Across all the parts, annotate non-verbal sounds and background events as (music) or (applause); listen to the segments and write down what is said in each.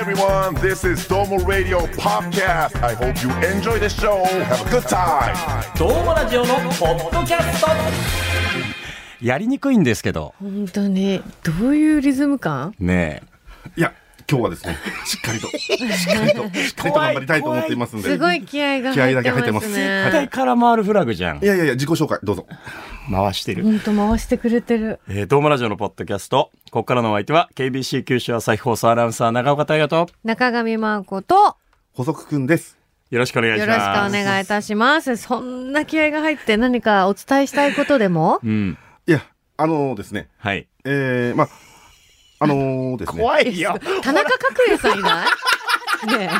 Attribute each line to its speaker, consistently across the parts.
Speaker 1: everyone. This is Domo Radio Podcast. I hope you enjoy the show. Have a good time.
Speaker 2: どうもラジオのポッドキャストやりにくいんですけど
Speaker 3: 本当にどういうリズム感
Speaker 2: ね
Speaker 4: いや、今日はで
Speaker 2: (laughs)
Speaker 4: すね、しっかりと、しっかりと、しっかりと頑張りたいと思っていますんで。
Speaker 3: すごい気合が
Speaker 4: 気合
Speaker 3: 入
Speaker 4: だけ入
Speaker 3: っ
Speaker 4: ってて
Speaker 3: ま
Speaker 4: ますす
Speaker 2: え
Speaker 3: ね
Speaker 2: 絶対カラマールフラグじゃん
Speaker 4: いやいやいや、自己紹介、どうぞ。
Speaker 2: 回してる、
Speaker 3: 本当回してくれてる
Speaker 2: えー、ドームラジオのポッドキャストここからのお相手は KBC 九州朝日放送アナウンサー長岡大和と
Speaker 3: 中上真子と
Speaker 4: 補足くんです。
Speaker 2: よろしくお願いし
Speaker 3: よ
Speaker 2: ま
Speaker 3: ろしくお
Speaker 2: す
Speaker 3: 願いいたしますそんな気合が入って何かお伝えしたいことでも
Speaker 2: うん
Speaker 4: いや、あのですね、
Speaker 2: はい
Speaker 4: えー、まあ、あのですね。
Speaker 2: 怖いよ
Speaker 3: 田中角栄さんいないね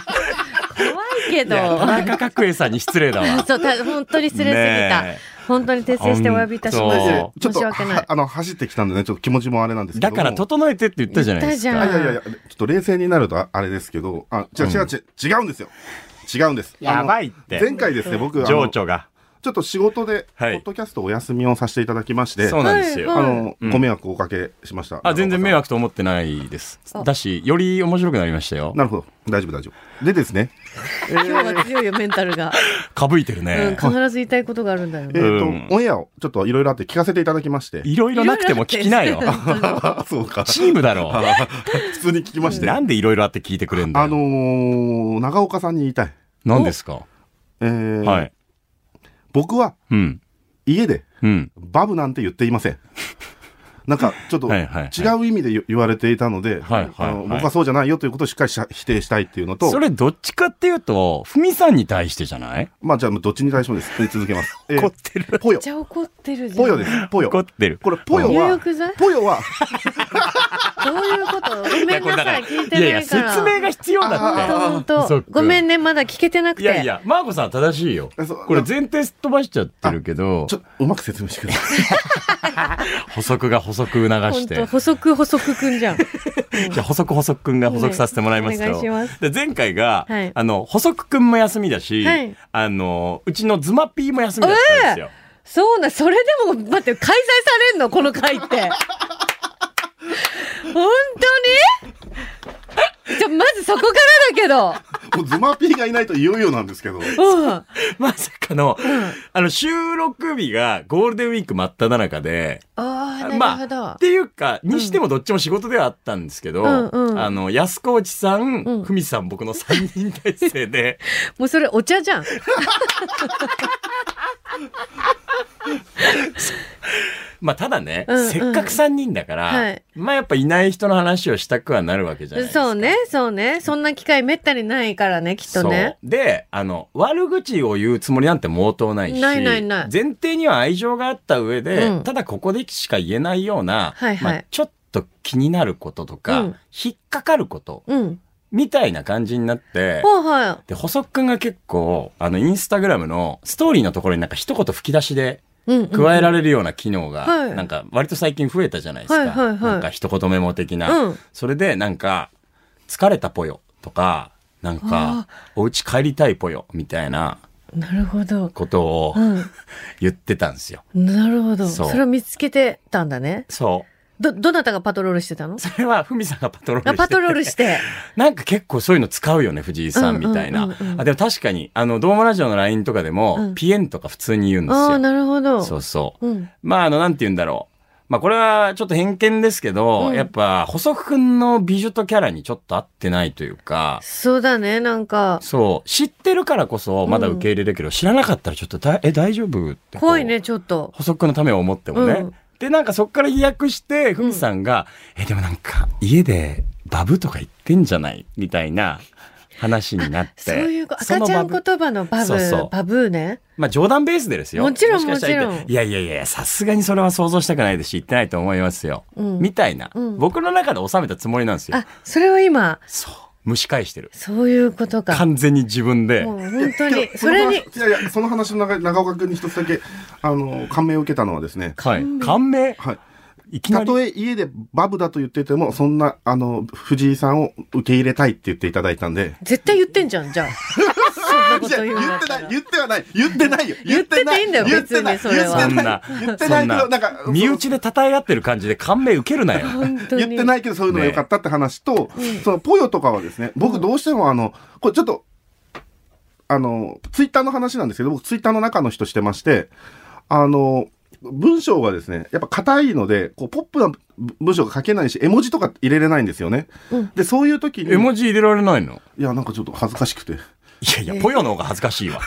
Speaker 3: え怖いけ
Speaker 2: いや
Speaker 3: ど
Speaker 2: 田中角栄さんに失礼だ (laughs) わ
Speaker 3: そうた本当に失礼すぎた、
Speaker 2: ねえ
Speaker 3: 本当に訂正してお詫びいたします
Speaker 2: ほん
Speaker 4: ち
Speaker 3: 申
Speaker 4: ょっと、
Speaker 3: し訳ない
Speaker 4: はあの、走ってきたんでね、ちょっと気持ちもあれなんですけど
Speaker 2: だ
Speaker 4: も。
Speaker 2: から整えてって言ったじゃないです
Speaker 3: 言った
Speaker 2: か
Speaker 4: あいやいやいや、ちょっと冷静になるとああれですけど、あ、違う違う違う、違うんですよ。違うんです。
Speaker 2: やばいって
Speaker 4: あの前回ですね、僕、あの
Speaker 2: 情
Speaker 4: ちょ
Speaker 2: 緒が
Speaker 4: っと仕事で、ポ
Speaker 2: はい
Speaker 4: ッドキャストお休みをさせていただきまして、
Speaker 2: そうなんですよ、
Speaker 3: はい
Speaker 4: あの、
Speaker 2: うん
Speaker 4: ご迷惑をおかけしました。
Speaker 2: あ全然迷
Speaker 4: 惑
Speaker 2: 惑と思ってないです
Speaker 3: あ
Speaker 2: だしより面白くなりましたよ
Speaker 4: なるほど。大丈夫、大丈夫。でですね、えー
Speaker 3: 今日は強いよメンタルが、
Speaker 2: かぶいてる
Speaker 3: うん、
Speaker 2: ね、
Speaker 3: 必ず言いたいことがあるんだよ
Speaker 4: え
Speaker 3: ね
Speaker 4: っ、と、
Speaker 2: うん
Speaker 4: オンエアをちょっといろいろあって聞かせていただきまして。
Speaker 2: いろいろなくても聞きなよ。
Speaker 4: あ (laughs) そうか。
Speaker 2: チームだろ
Speaker 4: 普通に聞きまし
Speaker 2: う。
Speaker 4: て。
Speaker 2: なんでいろいろあって聞いてくれんだ
Speaker 4: あ
Speaker 2: よ。
Speaker 4: のー、長岡さんに言いたい。
Speaker 2: 何ですか
Speaker 4: えー
Speaker 2: はい。
Speaker 4: 僕は
Speaker 2: うん。
Speaker 4: 家で
Speaker 2: うん。
Speaker 4: バブなんて言ってい
Speaker 2: (laughs)
Speaker 4: ません。なんか、ちょっと
Speaker 2: はい
Speaker 4: 違
Speaker 2: はいはいう
Speaker 4: 意味で言言われていたので、
Speaker 2: はいはいはい
Speaker 4: あの僕はそうじゃないよということをしっかりし否定したいっていうのと
Speaker 2: そ、れどっちかっていうと、ふみさんに対してじゃない
Speaker 4: まあじゃあどっちに対してもです。続けます。えー
Speaker 2: てる。
Speaker 4: ポ
Speaker 3: め
Speaker 4: ヨ
Speaker 3: っち。ゃ怒ってるじゃん
Speaker 4: ポヨです。ポヨ。
Speaker 2: 怒
Speaker 4: こ
Speaker 2: ってる。
Speaker 4: れ、ポヨ
Speaker 3: 入
Speaker 4: は
Speaker 3: 浴剤、
Speaker 4: ポヨは、
Speaker 3: どういうことご
Speaker 2: (laughs) い
Speaker 3: め
Speaker 2: や
Speaker 3: ん
Speaker 2: これ
Speaker 3: な
Speaker 2: だ
Speaker 3: さ
Speaker 2: ら
Speaker 3: い、聞いてないか
Speaker 2: やいや、
Speaker 3: ら。
Speaker 2: 説明が必要だっそ
Speaker 3: 本当本
Speaker 2: っか
Speaker 3: 当。ごめんね、まだ聞けてなく
Speaker 2: て。
Speaker 3: て。
Speaker 2: いやいや、マーゴさんは正しいよ
Speaker 4: えそう。
Speaker 2: これ前提すっ飛ばしちゃってるけど
Speaker 4: ち、ょっとうまく説明してください。
Speaker 2: 補足が補足促
Speaker 3: 本
Speaker 2: して
Speaker 3: 当。補足補足くんじゃ
Speaker 2: (laughs)
Speaker 3: ん。
Speaker 2: じゃあ補足補足くんが補足させてもらいます
Speaker 3: ね
Speaker 2: よ
Speaker 3: お願いします
Speaker 2: で前回が、
Speaker 3: はい
Speaker 2: あの補足くんも休みだし、
Speaker 3: はい
Speaker 2: あのうちのズマピーも休みだったんですよ。
Speaker 3: そうな、それでも、待って、開催されんのこの回
Speaker 2: (laughs)
Speaker 3: って。本当にじゃ、まずそこからだ
Speaker 4: もうズマピーがいないといよいよなんですけど。
Speaker 3: けど。うん。
Speaker 2: まさかの、あの、収録日がゴールデンウィーク真っ只中で、
Speaker 3: ああ、なるほ
Speaker 2: ま
Speaker 3: ど。
Speaker 2: あ、っていうか、にしてもどっちも仕事ではあったんですけど、
Speaker 3: うんうん
Speaker 2: あの、安子内さん、
Speaker 3: うん
Speaker 2: ふみさん、僕の3人体制で、 (laughs)
Speaker 3: もうそれお茶じゃん。
Speaker 2: まあ、ただね、
Speaker 3: うんうん
Speaker 2: せっかく3人だから、
Speaker 3: はい
Speaker 2: まあ、やっぱいない人の話をしたくはなるわけじゃないですか。
Speaker 3: そうね、そうね。そんな機会めったにないからね、きっとね。
Speaker 2: そうであの悪口を言うつもりなんて毛頭ないし
Speaker 3: ないないない
Speaker 2: 前提には愛情があった上で、
Speaker 3: うん
Speaker 2: ただここでしか言えないような、
Speaker 3: はいはい
Speaker 2: まあ、ちょっと気になることとか、
Speaker 3: うん
Speaker 2: 引っかかること
Speaker 3: うん。
Speaker 2: みたいな感じになって、
Speaker 3: ほうほう。
Speaker 2: で細くんが結構あのインスタグラムのストーリーのところになんか一言吹き出しで
Speaker 3: うんうん、
Speaker 2: 加えられるような機能が、
Speaker 3: はい
Speaker 2: なんか割と最近増えたじゃないですか、
Speaker 3: はいはいはい
Speaker 2: なんか一言メモ的な、
Speaker 3: うん
Speaker 2: それでなんか「疲れたぽよ」とかなん
Speaker 3: あ
Speaker 2: か「お家帰りたいぽよ」みたいな
Speaker 3: なるほど。
Speaker 2: ことを
Speaker 3: う
Speaker 2: 言ってたんですよ。
Speaker 3: ん。なるほど。
Speaker 2: そ
Speaker 3: そうれを見つけてたんだね。
Speaker 2: そう
Speaker 3: ど、どなたがパトロールしてたの
Speaker 2: それはふみさんがパトロールして
Speaker 3: あ
Speaker 2: て
Speaker 3: パトロールして。
Speaker 2: なんか結構そういうの使うよね、藤井さんみたいな。
Speaker 3: うんうんうんうん
Speaker 2: あでも確かに、あの、ドームラジオの LINE とかでも、
Speaker 3: うん
Speaker 2: ピエンとか普通に言うん (laughs) です
Speaker 3: ああ、
Speaker 2: よ。
Speaker 3: なるほど。
Speaker 2: そううそう。
Speaker 3: ん。
Speaker 2: まあ、あの、なんて言うんだろう。まあ、これはちょっと偏見ですけど、
Speaker 3: うん
Speaker 2: やっぱ、細くんの美女とキャラにちょっと合ってないというか、
Speaker 3: そうだね、なんか、
Speaker 2: そう、知ってるからこそまだ受け入れるけど、知らなかったらちょっとだ、え、大丈夫ってこう
Speaker 3: 怖いね、。ちょっと。
Speaker 2: 細くんのためを思ってもね。
Speaker 3: うん
Speaker 2: で、なんかそっから飛躍して、ふみさんが、え、でもなんか、家でバブとか言ってんじゃないみたいな話になって。
Speaker 3: そういうこ
Speaker 2: そ
Speaker 3: 赤
Speaker 2: の
Speaker 3: ちゃ
Speaker 2: バ
Speaker 3: ん
Speaker 2: ブ
Speaker 3: 言葉のバブ、
Speaker 2: そうそう
Speaker 3: バブーね。
Speaker 2: まあ冗談ベースでですよ。
Speaker 3: もちろん
Speaker 2: しかしたら言って
Speaker 3: もちろん
Speaker 2: いやいやいや、さすがにそれは想像したくないですし、言ってないと思いますよ。
Speaker 3: うん
Speaker 2: みたいな、
Speaker 3: うん
Speaker 2: 僕の中で収めたつもりなんですよ
Speaker 3: あ。、それは今、
Speaker 2: そう。蒸し返してる。
Speaker 3: そういうことか。も
Speaker 2: 完全に自分で。
Speaker 3: う本当に
Speaker 4: い、や
Speaker 3: それに、
Speaker 4: その話いやいや、その話の中長岡君に一つだけ、あの、感銘を受けたのはですね、
Speaker 2: はい。感銘。
Speaker 4: はい。
Speaker 2: いきな
Speaker 4: た
Speaker 2: り。
Speaker 4: とえ家でバブだと言ってても、そんな、あの、藤井さんを受け入れたいって言っていただいたんで、
Speaker 3: 絶対言ってんじゃん、じゃあ。んなこ
Speaker 4: 違
Speaker 3: と言
Speaker 4: う
Speaker 3: うん
Speaker 4: 言
Speaker 3: だっ
Speaker 4: っ
Speaker 3: てた
Speaker 4: ない
Speaker 3: ら。
Speaker 4: 言ってはない言ってないよ
Speaker 3: 言ってていいんだよ
Speaker 4: 言ってない
Speaker 3: 別にそれは
Speaker 2: そんな
Speaker 4: 言ってないけどなんか
Speaker 2: そん身内で称え合ってる感じで感銘受けるなよ。
Speaker 3: 本当に。。
Speaker 4: 言ってないいけどそういうのが良かったって話と、そのポヨとかはですね僕どうしてもあのこれちょっとあのツイッターの話なんですけど僕ツイッターの中の人してましてあの文章がですねやっぱ硬いのでこうポップな文章が書けないし絵文字とか入れれないんですよね、でそういう時に
Speaker 2: 絵文字入れられないの
Speaker 4: いやなんかちょっと恥ずかしくて
Speaker 2: いやいや、ポヨの方が恥ずかしい
Speaker 3: (laughs)
Speaker 2: わ。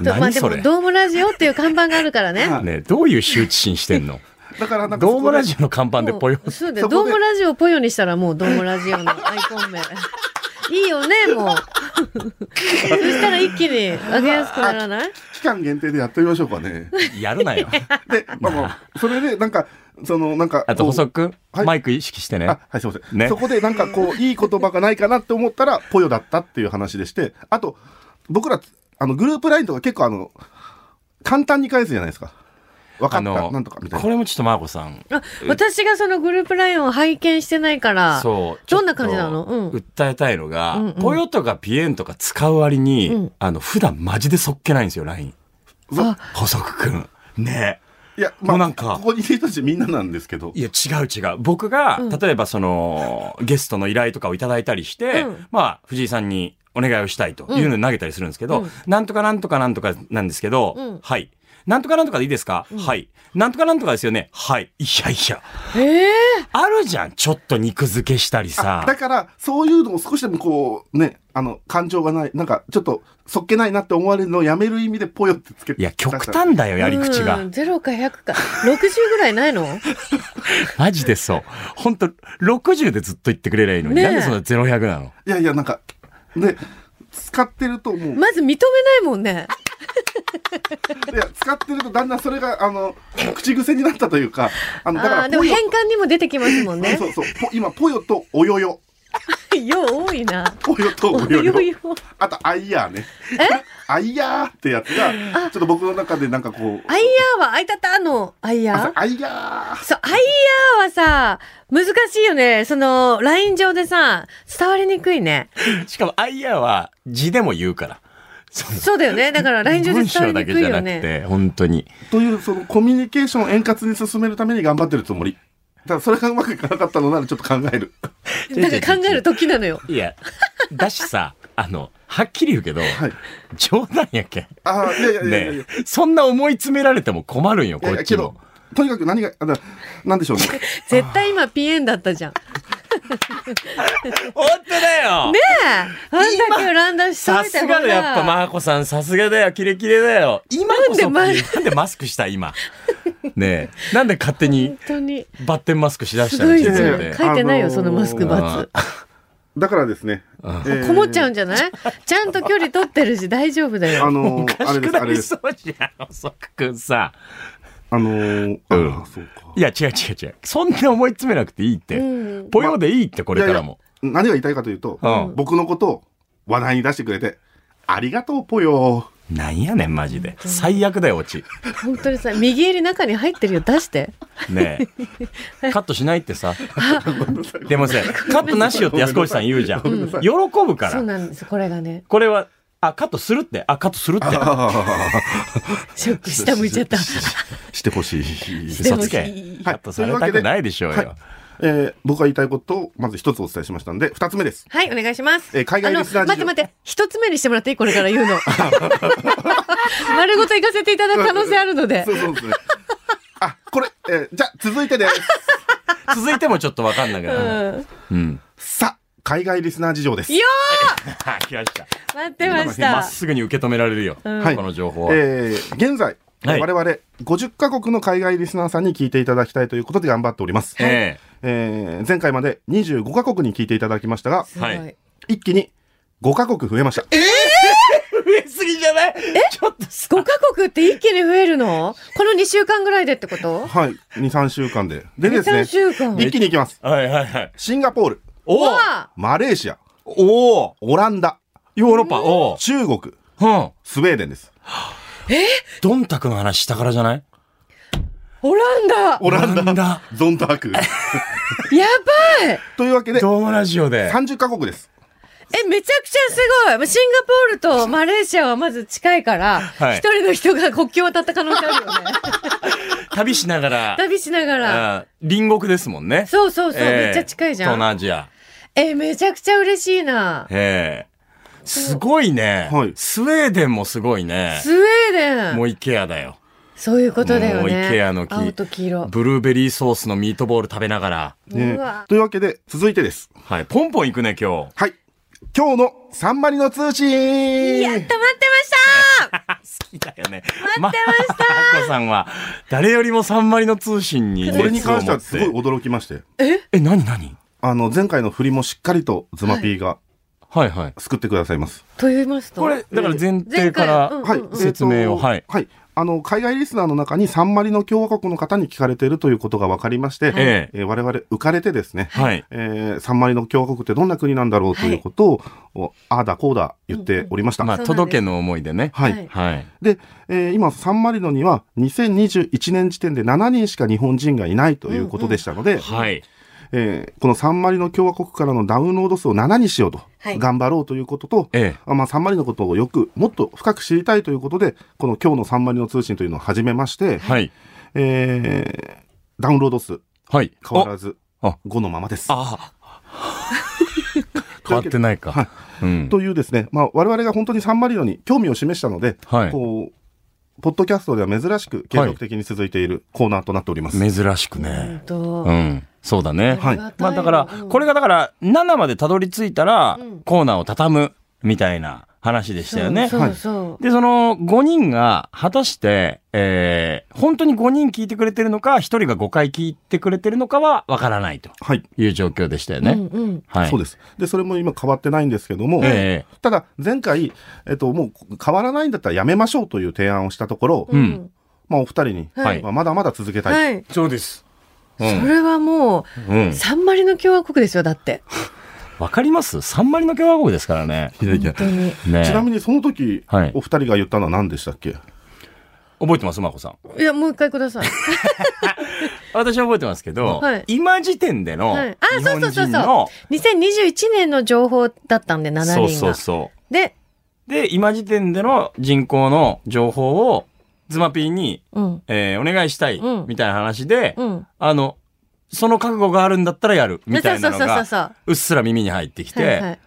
Speaker 3: まあ
Speaker 2: 何
Speaker 3: で
Speaker 2: そ
Speaker 3: も、
Speaker 2: れ。
Speaker 3: ドームラジオっていう看板があるからね。
Speaker 4: は
Speaker 2: ねどういう羞恥心してんの
Speaker 4: だからなんか
Speaker 2: ドームラ
Speaker 4: ジ
Speaker 2: ジオの看板でポヨ
Speaker 3: も。うそうだよ。
Speaker 4: そこ
Speaker 3: ド
Speaker 4: で
Speaker 3: ームラジオポヨにしたらもうドームラジオのアイコン名。いいよね、もう。そしたら一気に上げやすくならない
Speaker 4: 期間限定でやってみましょうかね
Speaker 2: やるなよ。 (laughs)
Speaker 4: で、まあまあ、それでなんかそのなんか
Speaker 3: (laughs)
Speaker 2: あと補足、
Speaker 4: はい
Speaker 2: マイク意識してね。
Speaker 4: あ、はい、すみません。
Speaker 2: ね
Speaker 4: そこでなんかこう、いい言葉がないかなって思ったら、ポヨだったっていう話でして、あと、僕ら、あの、グループラインとか結構あの、簡単に返すじゃないですか。分か
Speaker 2: あ
Speaker 4: った、
Speaker 2: の
Speaker 4: なんとかみたい
Speaker 2: こ
Speaker 4: な。
Speaker 2: れもちょっとマーゴさん。
Speaker 3: あ、私がそのグループラインを拝見してないから。
Speaker 2: そう。
Speaker 3: どんな感じなの
Speaker 2: ちょっと
Speaker 3: う
Speaker 2: 訴えたいのが、
Speaker 3: うんうん
Speaker 2: ポヨとかピエンとか使う割に、
Speaker 3: うん
Speaker 2: あの、普段マジでそっけないんですよ、ライン。
Speaker 3: あ
Speaker 2: 補足くん。ね
Speaker 4: いや、
Speaker 2: も
Speaker 4: ま
Speaker 2: うな
Speaker 4: あ、
Speaker 2: んか
Speaker 4: ここにいる人たちみんななんですけど
Speaker 2: い、や、違う違う。僕が、
Speaker 3: うん
Speaker 2: 例えばその、ゲストの依頼とかをいただいたりして、
Speaker 3: うん
Speaker 2: まあ、藤井さんにお願いをしたいというのを投げたりするんですけど、
Speaker 3: うん
Speaker 2: なんとかなんとかなんとかなんですけど、
Speaker 3: うん
Speaker 2: はい。なんとかなんとかでいいですか、はい。なんとかなんとかですよねはい。いやいや。
Speaker 3: ええ
Speaker 2: あるじゃん。ちょっと肉付けしたり
Speaker 4: あ
Speaker 3: (laughs)
Speaker 2: さ。
Speaker 4: だから、そういうのも少しでもこう、ね、あの、感情がない、なんか、ちょっと、そっけないなって思われるのをやめる意味で、ポヨってつけて。
Speaker 2: いや、極端だよ、やり口が。
Speaker 3: ゼロか100か。60ぐらいないの
Speaker 2: マジでそう。ほんと、60でずっと言ってくれりゃいいのに。
Speaker 3: ねえ
Speaker 2: なんでそんな0100なの
Speaker 4: いやいや、なんか、で、使ってるともう、
Speaker 3: まず認めないもんね。
Speaker 4: いや、使ってるとだんだんそれが、あの、口癖になったというか、あの、だか
Speaker 3: ああー、
Speaker 4: ら、
Speaker 3: でも
Speaker 4: ポヨ
Speaker 3: 変換にも出てきますもんね
Speaker 4: そ。うそうそう。ポ今、ポヨとおよよ。
Speaker 3: よう多いな。
Speaker 4: ポヨとお
Speaker 3: お
Speaker 4: よよ。
Speaker 3: よよ。
Speaker 4: あと、アイヤーね。アイヤーってやつが、ちょっと僕の中でなんかこう、
Speaker 3: アイヤーは、あいたたのアイ
Speaker 4: あそう
Speaker 3: ヤー
Speaker 4: アイヤ
Speaker 3: そう、アイヤーはさ、難しいよね。その、ライン上でさ、伝わりにくいね。
Speaker 2: しかも、アイヤーは字でも言うから。
Speaker 3: そうだよね。だからライン上で
Speaker 2: 文
Speaker 3: 伝わ
Speaker 2: 章
Speaker 3: り
Speaker 2: だ
Speaker 3: に
Speaker 2: け
Speaker 3: くい
Speaker 2: じゃ
Speaker 3: よ
Speaker 2: なく
Speaker 3: ね。
Speaker 2: て、本当に。
Speaker 4: ーという、そのコミュニケーションを円滑に進めるために頑張ってるつもり。ただ、それがうまくいかなかったのならちょっと考える。
Speaker 3: だから考える時な
Speaker 2: (laughs)
Speaker 3: のよ。
Speaker 2: いや、だしさ、あの、はっきり言うけど、
Speaker 4: はい。
Speaker 2: 冗談やけん。
Speaker 4: ああ、いやいやいやいやい
Speaker 2: ね
Speaker 4: や。
Speaker 2: えそんな思い詰められても困るんよ、
Speaker 4: い
Speaker 2: こ
Speaker 4: やい
Speaker 2: っ
Speaker 4: や
Speaker 2: ち
Speaker 4: け
Speaker 2: も
Speaker 4: ど。、とにかく何が、あだなんでしょうね。
Speaker 3: 絶対今ピエンだったじゃん。ね
Speaker 2: 本当だよ
Speaker 3: えあんだけランダしと
Speaker 2: さ
Speaker 3: いて
Speaker 2: すがだ、やっぱ、マーコさん、さすがだよ、キレキレだよ。今こそ、
Speaker 3: な
Speaker 2: なん
Speaker 3: で
Speaker 2: んでマスクした、今。ねえ、なんで勝手に
Speaker 3: 本当に。
Speaker 2: バッテンマスクしだし
Speaker 3: す
Speaker 2: たの
Speaker 3: ごい
Speaker 2: 自
Speaker 3: よ
Speaker 2: 分
Speaker 4: ね
Speaker 2: で
Speaker 4: え。
Speaker 3: 書いてないよ、
Speaker 4: あのー
Speaker 3: そのマスクバ
Speaker 4: だからですね。え
Speaker 2: あ
Speaker 3: ツ。
Speaker 4: ー
Speaker 3: こもっちゃうんじゃないちゃんと距離取ってるし大丈夫だ
Speaker 4: あ
Speaker 3: よ。
Speaker 4: のー、あ
Speaker 2: 賢
Speaker 4: れで
Speaker 2: く
Speaker 4: す、
Speaker 2: な
Speaker 4: あれ
Speaker 2: り
Speaker 4: です。
Speaker 2: そうじゃん、細くくんさ。
Speaker 4: あのー、あ
Speaker 2: うん
Speaker 4: ーそうか。
Speaker 2: いや、違う違う違う。そんな思い詰めなくていいって。
Speaker 3: うん
Speaker 2: ポヨでいいって、これからも。
Speaker 4: いやいや何が言いたいかというと、
Speaker 2: うん
Speaker 4: 僕のことを話題に出してくれて、ありがとう、ぽよ。
Speaker 2: なんやねん、マジで。最悪だよ、オチ。
Speaker 3: 本当にさ、右襟中に入ってるよ、出して。
Speaker 2: ねえ。カットしないってさ。でもさ、カットなしよって安越さん言うじゃん。
Speaker 4: ごめんな
Speaker 2: 喜
Speaker 4: さい
Speaker 2: ぶか
Speaker 3: そう
Speaker 2: ら。
Speaker 3: なんです、これがね。
Speaker 2: これは、あ、カットするって。あ、カットするって。
Speaker 3: ショック、下向いちゃった。
Speaker 4: してほしい。
Speaker 2: 嘘つけ
Speaker 3: でもいい。
Speaker 2: カットされたくないでしょう
Speaker 4: はい
Speaker 2: よ。
Speaker 4: えー僕が言いたいことをまず一つお伝えしましたんで、二つ目です。
Speaker 3: はい、お願いします。
Speaker 4: えー海外
Speaker 3: あの
Speaker 4: リスナー事情
Speaker 3: 待って待って、一つ目にしてもらっていいこれから言うの。丸ごと行かせていただく可能性あるので
Speaker 4: そ。うそうですね。あ、これ、えーじゃあ続いてです。
Speaker 2: 続いてもちょっとわかんなく
Speaker 3: う
Speaker 2: なる。
Speaker 3: ん。
Speaker 2: うん。
Speaker 4: さ、海外リスナー事情です。
Speaker 3: よ
Speaker 2: あ来ました。
Speaker 3: ー待ってまし。
Speaker 2: まったすぐに受け止められるよ。こ
Speaker 3: ん
Speaker 2: の情報は。
Speaker 4: えー現在、
Speaker 2: はい
Speaker 4: 我々50カ国の海外リスナーさんに聞いていただきたいということで頑張っております。
Speaker 2: え
Speaker 4: えー前回まで25カ国に聞いていただきましたが、
Speaker 3: すごい
Speaker 2: はい
Speaker 4: 一気に5カ国増えました。
Speaker 2: え。増えすぎじゃないちょっとさ
Speaker 3: 5カ国って一気に増えるのこの2週間ぐらいでってこと
Speaker 4: はい、2、3週間で。でです
Speaker 3: 2
Speaker 4: ね、
Speaker 3: 3週間
Speaker 4: 一気に行きます。
Speaker 2: はいはいはい。
Speaker 4: シンガポール、
Speaker 2: おお
Speaker 3: わあ
Speaker 4: マレーシア、
Speaker 2: おお
Speaker 4: オランダ、
Speaker 2: ヨーロッパおお
Speaker 4: 中
Speaker 2: う
Speaker 4: 国、
Speaker 2: ん。
Speaker 4: スウェーデンです。
Speaker 2: ドンタクの話したからじゃない
Speaker 3: オランダや
Speaker 4: オランダ、
Speaker 2: オダ。
Speaker 4: ゾンターク。
Speaker 3: ばい
Speaker 4: というわけで、
Speaker 2: ドームラジオで。
Speaker 4: 30カ国です。
Speaker 3: え、めちゃくちゃすごい。シンガポールとマレーシアはまず近いから、一、
Speaker 2: はい
Speaker 3: 人の人が国境を渡った可能性あるよ
Speaker 2: (laughs)
Speaker 3: ね。
Speaker 2: 旅しながら、
Speaker 3: 旅しながら。
Speaker 2: あ隣国ですもんね。
Speaker 3: そうそうそう、
Speaker 2: ええ
Speaker 3: めっちゃ近いじ
Speaker 2: 東
Speaker 3: ゃん。
Speaker 2: 南アジア。
Speaker 3: え、めちゃくちゃ嬉しいな。
Speaker 2: ええすごいね、
Speaker 4: はい
Speaker 2: スウェーデンもすごいね。
Speaker 3: スウェーデン
Speaker 2: もう IKEA だよ。
Speaker 3: そういうことだよね。
Speaker 2: もう IKEA の木
Speaker 3: 青と黄色。
Speaker 2: ブルーベリーソースのミートボール食べながら。
Speaker 4: ね
Speaker 3: うわ、
Speaker 4: というわけで、続いてです。
Speaker 2: はい。ポンポン行くね、今日。
Speaker 4: はい。今日のサンマリの通信
Speaker 3: やった待ってま
Speaker 2: (laughs)
Speaker 3: した
Speaker 2: 好きだよね。
Speaker 3: 待ってました
Speaker 2: まあ、アッコさんは、誰よりもサンマリの通信に熱を持って。
Speaker 4: これに関してはすごい驚きまして。
Speaker 2: え、なになに
Speaker 4: あの、前回の振りもしっかりとズマピーが
Speaker 2: はいはい。
Speaker 4: 救ってくださいます。
Speaker 3: と言いますと
Speaker 2: これ、だから前提から、
Speaker 3: 前回うん
Speaker 4: はい、
Speaker 2: 説明を
Speaker 4: えーと
Speaker 2: はい
Speaker 4: はい。あの、海外リスナーの中にサンマリの共和国の方に聞かれているということが分かりまして、
Speaker 2: ええ
Speaker 4: えー我々浮かれてですね、
Speaker 2: はい。
Speaker 4: えーサンマリの共和国ってどんな国なんだろうということを、おああだこうだ言っておりました。
Speaker 2: まあ、
Speaker 3: そうなんです
Speaker 2: 届けの思いでね。
Speaker 4: はい。
Speaker 3: はい
Speaker 2: はい。
Speaker 4: で、えー今、サンマリノには2021年時点で7人しか日本人がいないということでしたので、
Speaker 2: はい。
Speaker 4: えーこのサンマリノ共和国からのダウンロード数を7にしようと、
Speaker 3: はい
Speaker 4: 頑張ろうということと、
Speaker 2: ええ
Speaker 4: あまあ、サンマリのことをよく、もっと深く知りたいということで、この今日のサンマリノ通信というのを始めまして、
Speaker 2: はい。
Speaker 4: えーダウンロード数
Speaker 2: はい。
Speaker 4: 変わらず
Speaker 2: おあ
Speaker 4: 5のままです。
Speaker 2: あ変わってないか。
Speaker 4: はい
Speaker 2: うん。
Speaker 4: というですね、まあ、我々が本当にサンマリノに興味を示したので、
Speaker 2: はい
Speaker 4: こう、ポッドキャストでは珍しく継続的に続いているコーナーとなっております。
Speaker 2: 珍しく
Speaker 3: 本
Speaker 2: ね。
Speaker 3: 当
Speaker 2: うん。そうだね。
Speaker 4: はい
Speaker 3: りがた
Speaker 2: まあだから、
Speaker 3: うん
Speaker 2: これがだから、7までたどり着いたら
Speaker 3: うん、
Speaker 2: コーナーを畳む、みたいな話でしたよね。
Speaker 3: そうそうそう
Speaker 2: で、その5人が果たして、えー、本当に5人聞いてくれてるのか、1人が5回聞いてくれてるのかはわからないと
Speaker 4: はい、
Speaker 2: いう状況でしたよね。
Speaker 3: うんうん
Speaker 2: はい。。
Speaker 4: そうですす。で、それも今変わってないんですけども、
Speaker 2: ええ
Speaker 4: ただ前回、えっと、もう変わらないんだったらやめましょうという提案をしたところ、
Speaker 2: うん
Speaker 4: まあ、お二人に、
Speaker 2: はい
Speaker 4: まあ、まだまだ続けたい。
Speaker 3: はい。
Speaker 2: そうです。う
Speaker 3: そ
Speaker 2: ん。
Speaker 3: れはも
Speaker 2: うん
Speaker 3: う、。サンマリの共和国ですよ、だって。
Speaker 2: わかりますサンマリの共和国ですからね。
Speaker 4: いやいや
Speaker 3: 本当
Speaker 2: (laughs)
Speaker 3: に。
Speaker 2: ね
Speaker 4: ちなみにその時、
Speaker 2: はい
Speaker 4: お二人が言ったのは何でしたっけ
Speaker 2: 覚えてますまこさん。
Speaker 3: いや、もう一回ください。
Speaker 2: 私は覚えてますけど、
Speaker 3: はい
Speaker 2: 今時点での
Speaker 3: はい
Speaker 2: 日
Speaker 3: あそ
Speaker 2: 本
Speaker 3: うそうそうそう
Speaker 2: 人の、
Speaker 3: 2021年の情報だったんで、7人
Speaker 2: そう
Speaker 3: が。
Speaker 2: そうそう。
Speaker 3: で、
Speaker 2: で、今時点での人口の情報を、ズマピーに、
Speaker 3: うん。
Speaker 2: えーお願いしたい、
Speaker 3: うん
Speaker 2: みたいな話で、
Speaker 3: うん。
Speaker 2: あの、その覚悟があるんだったらやる、みたいなの
Speaker 3: そうそうそう
Speaker 2: が、
Speaker 3: そう
Speaker 2: っすら耳に入ってき
Speaker 3: そう。はいは
Speaker 2: て、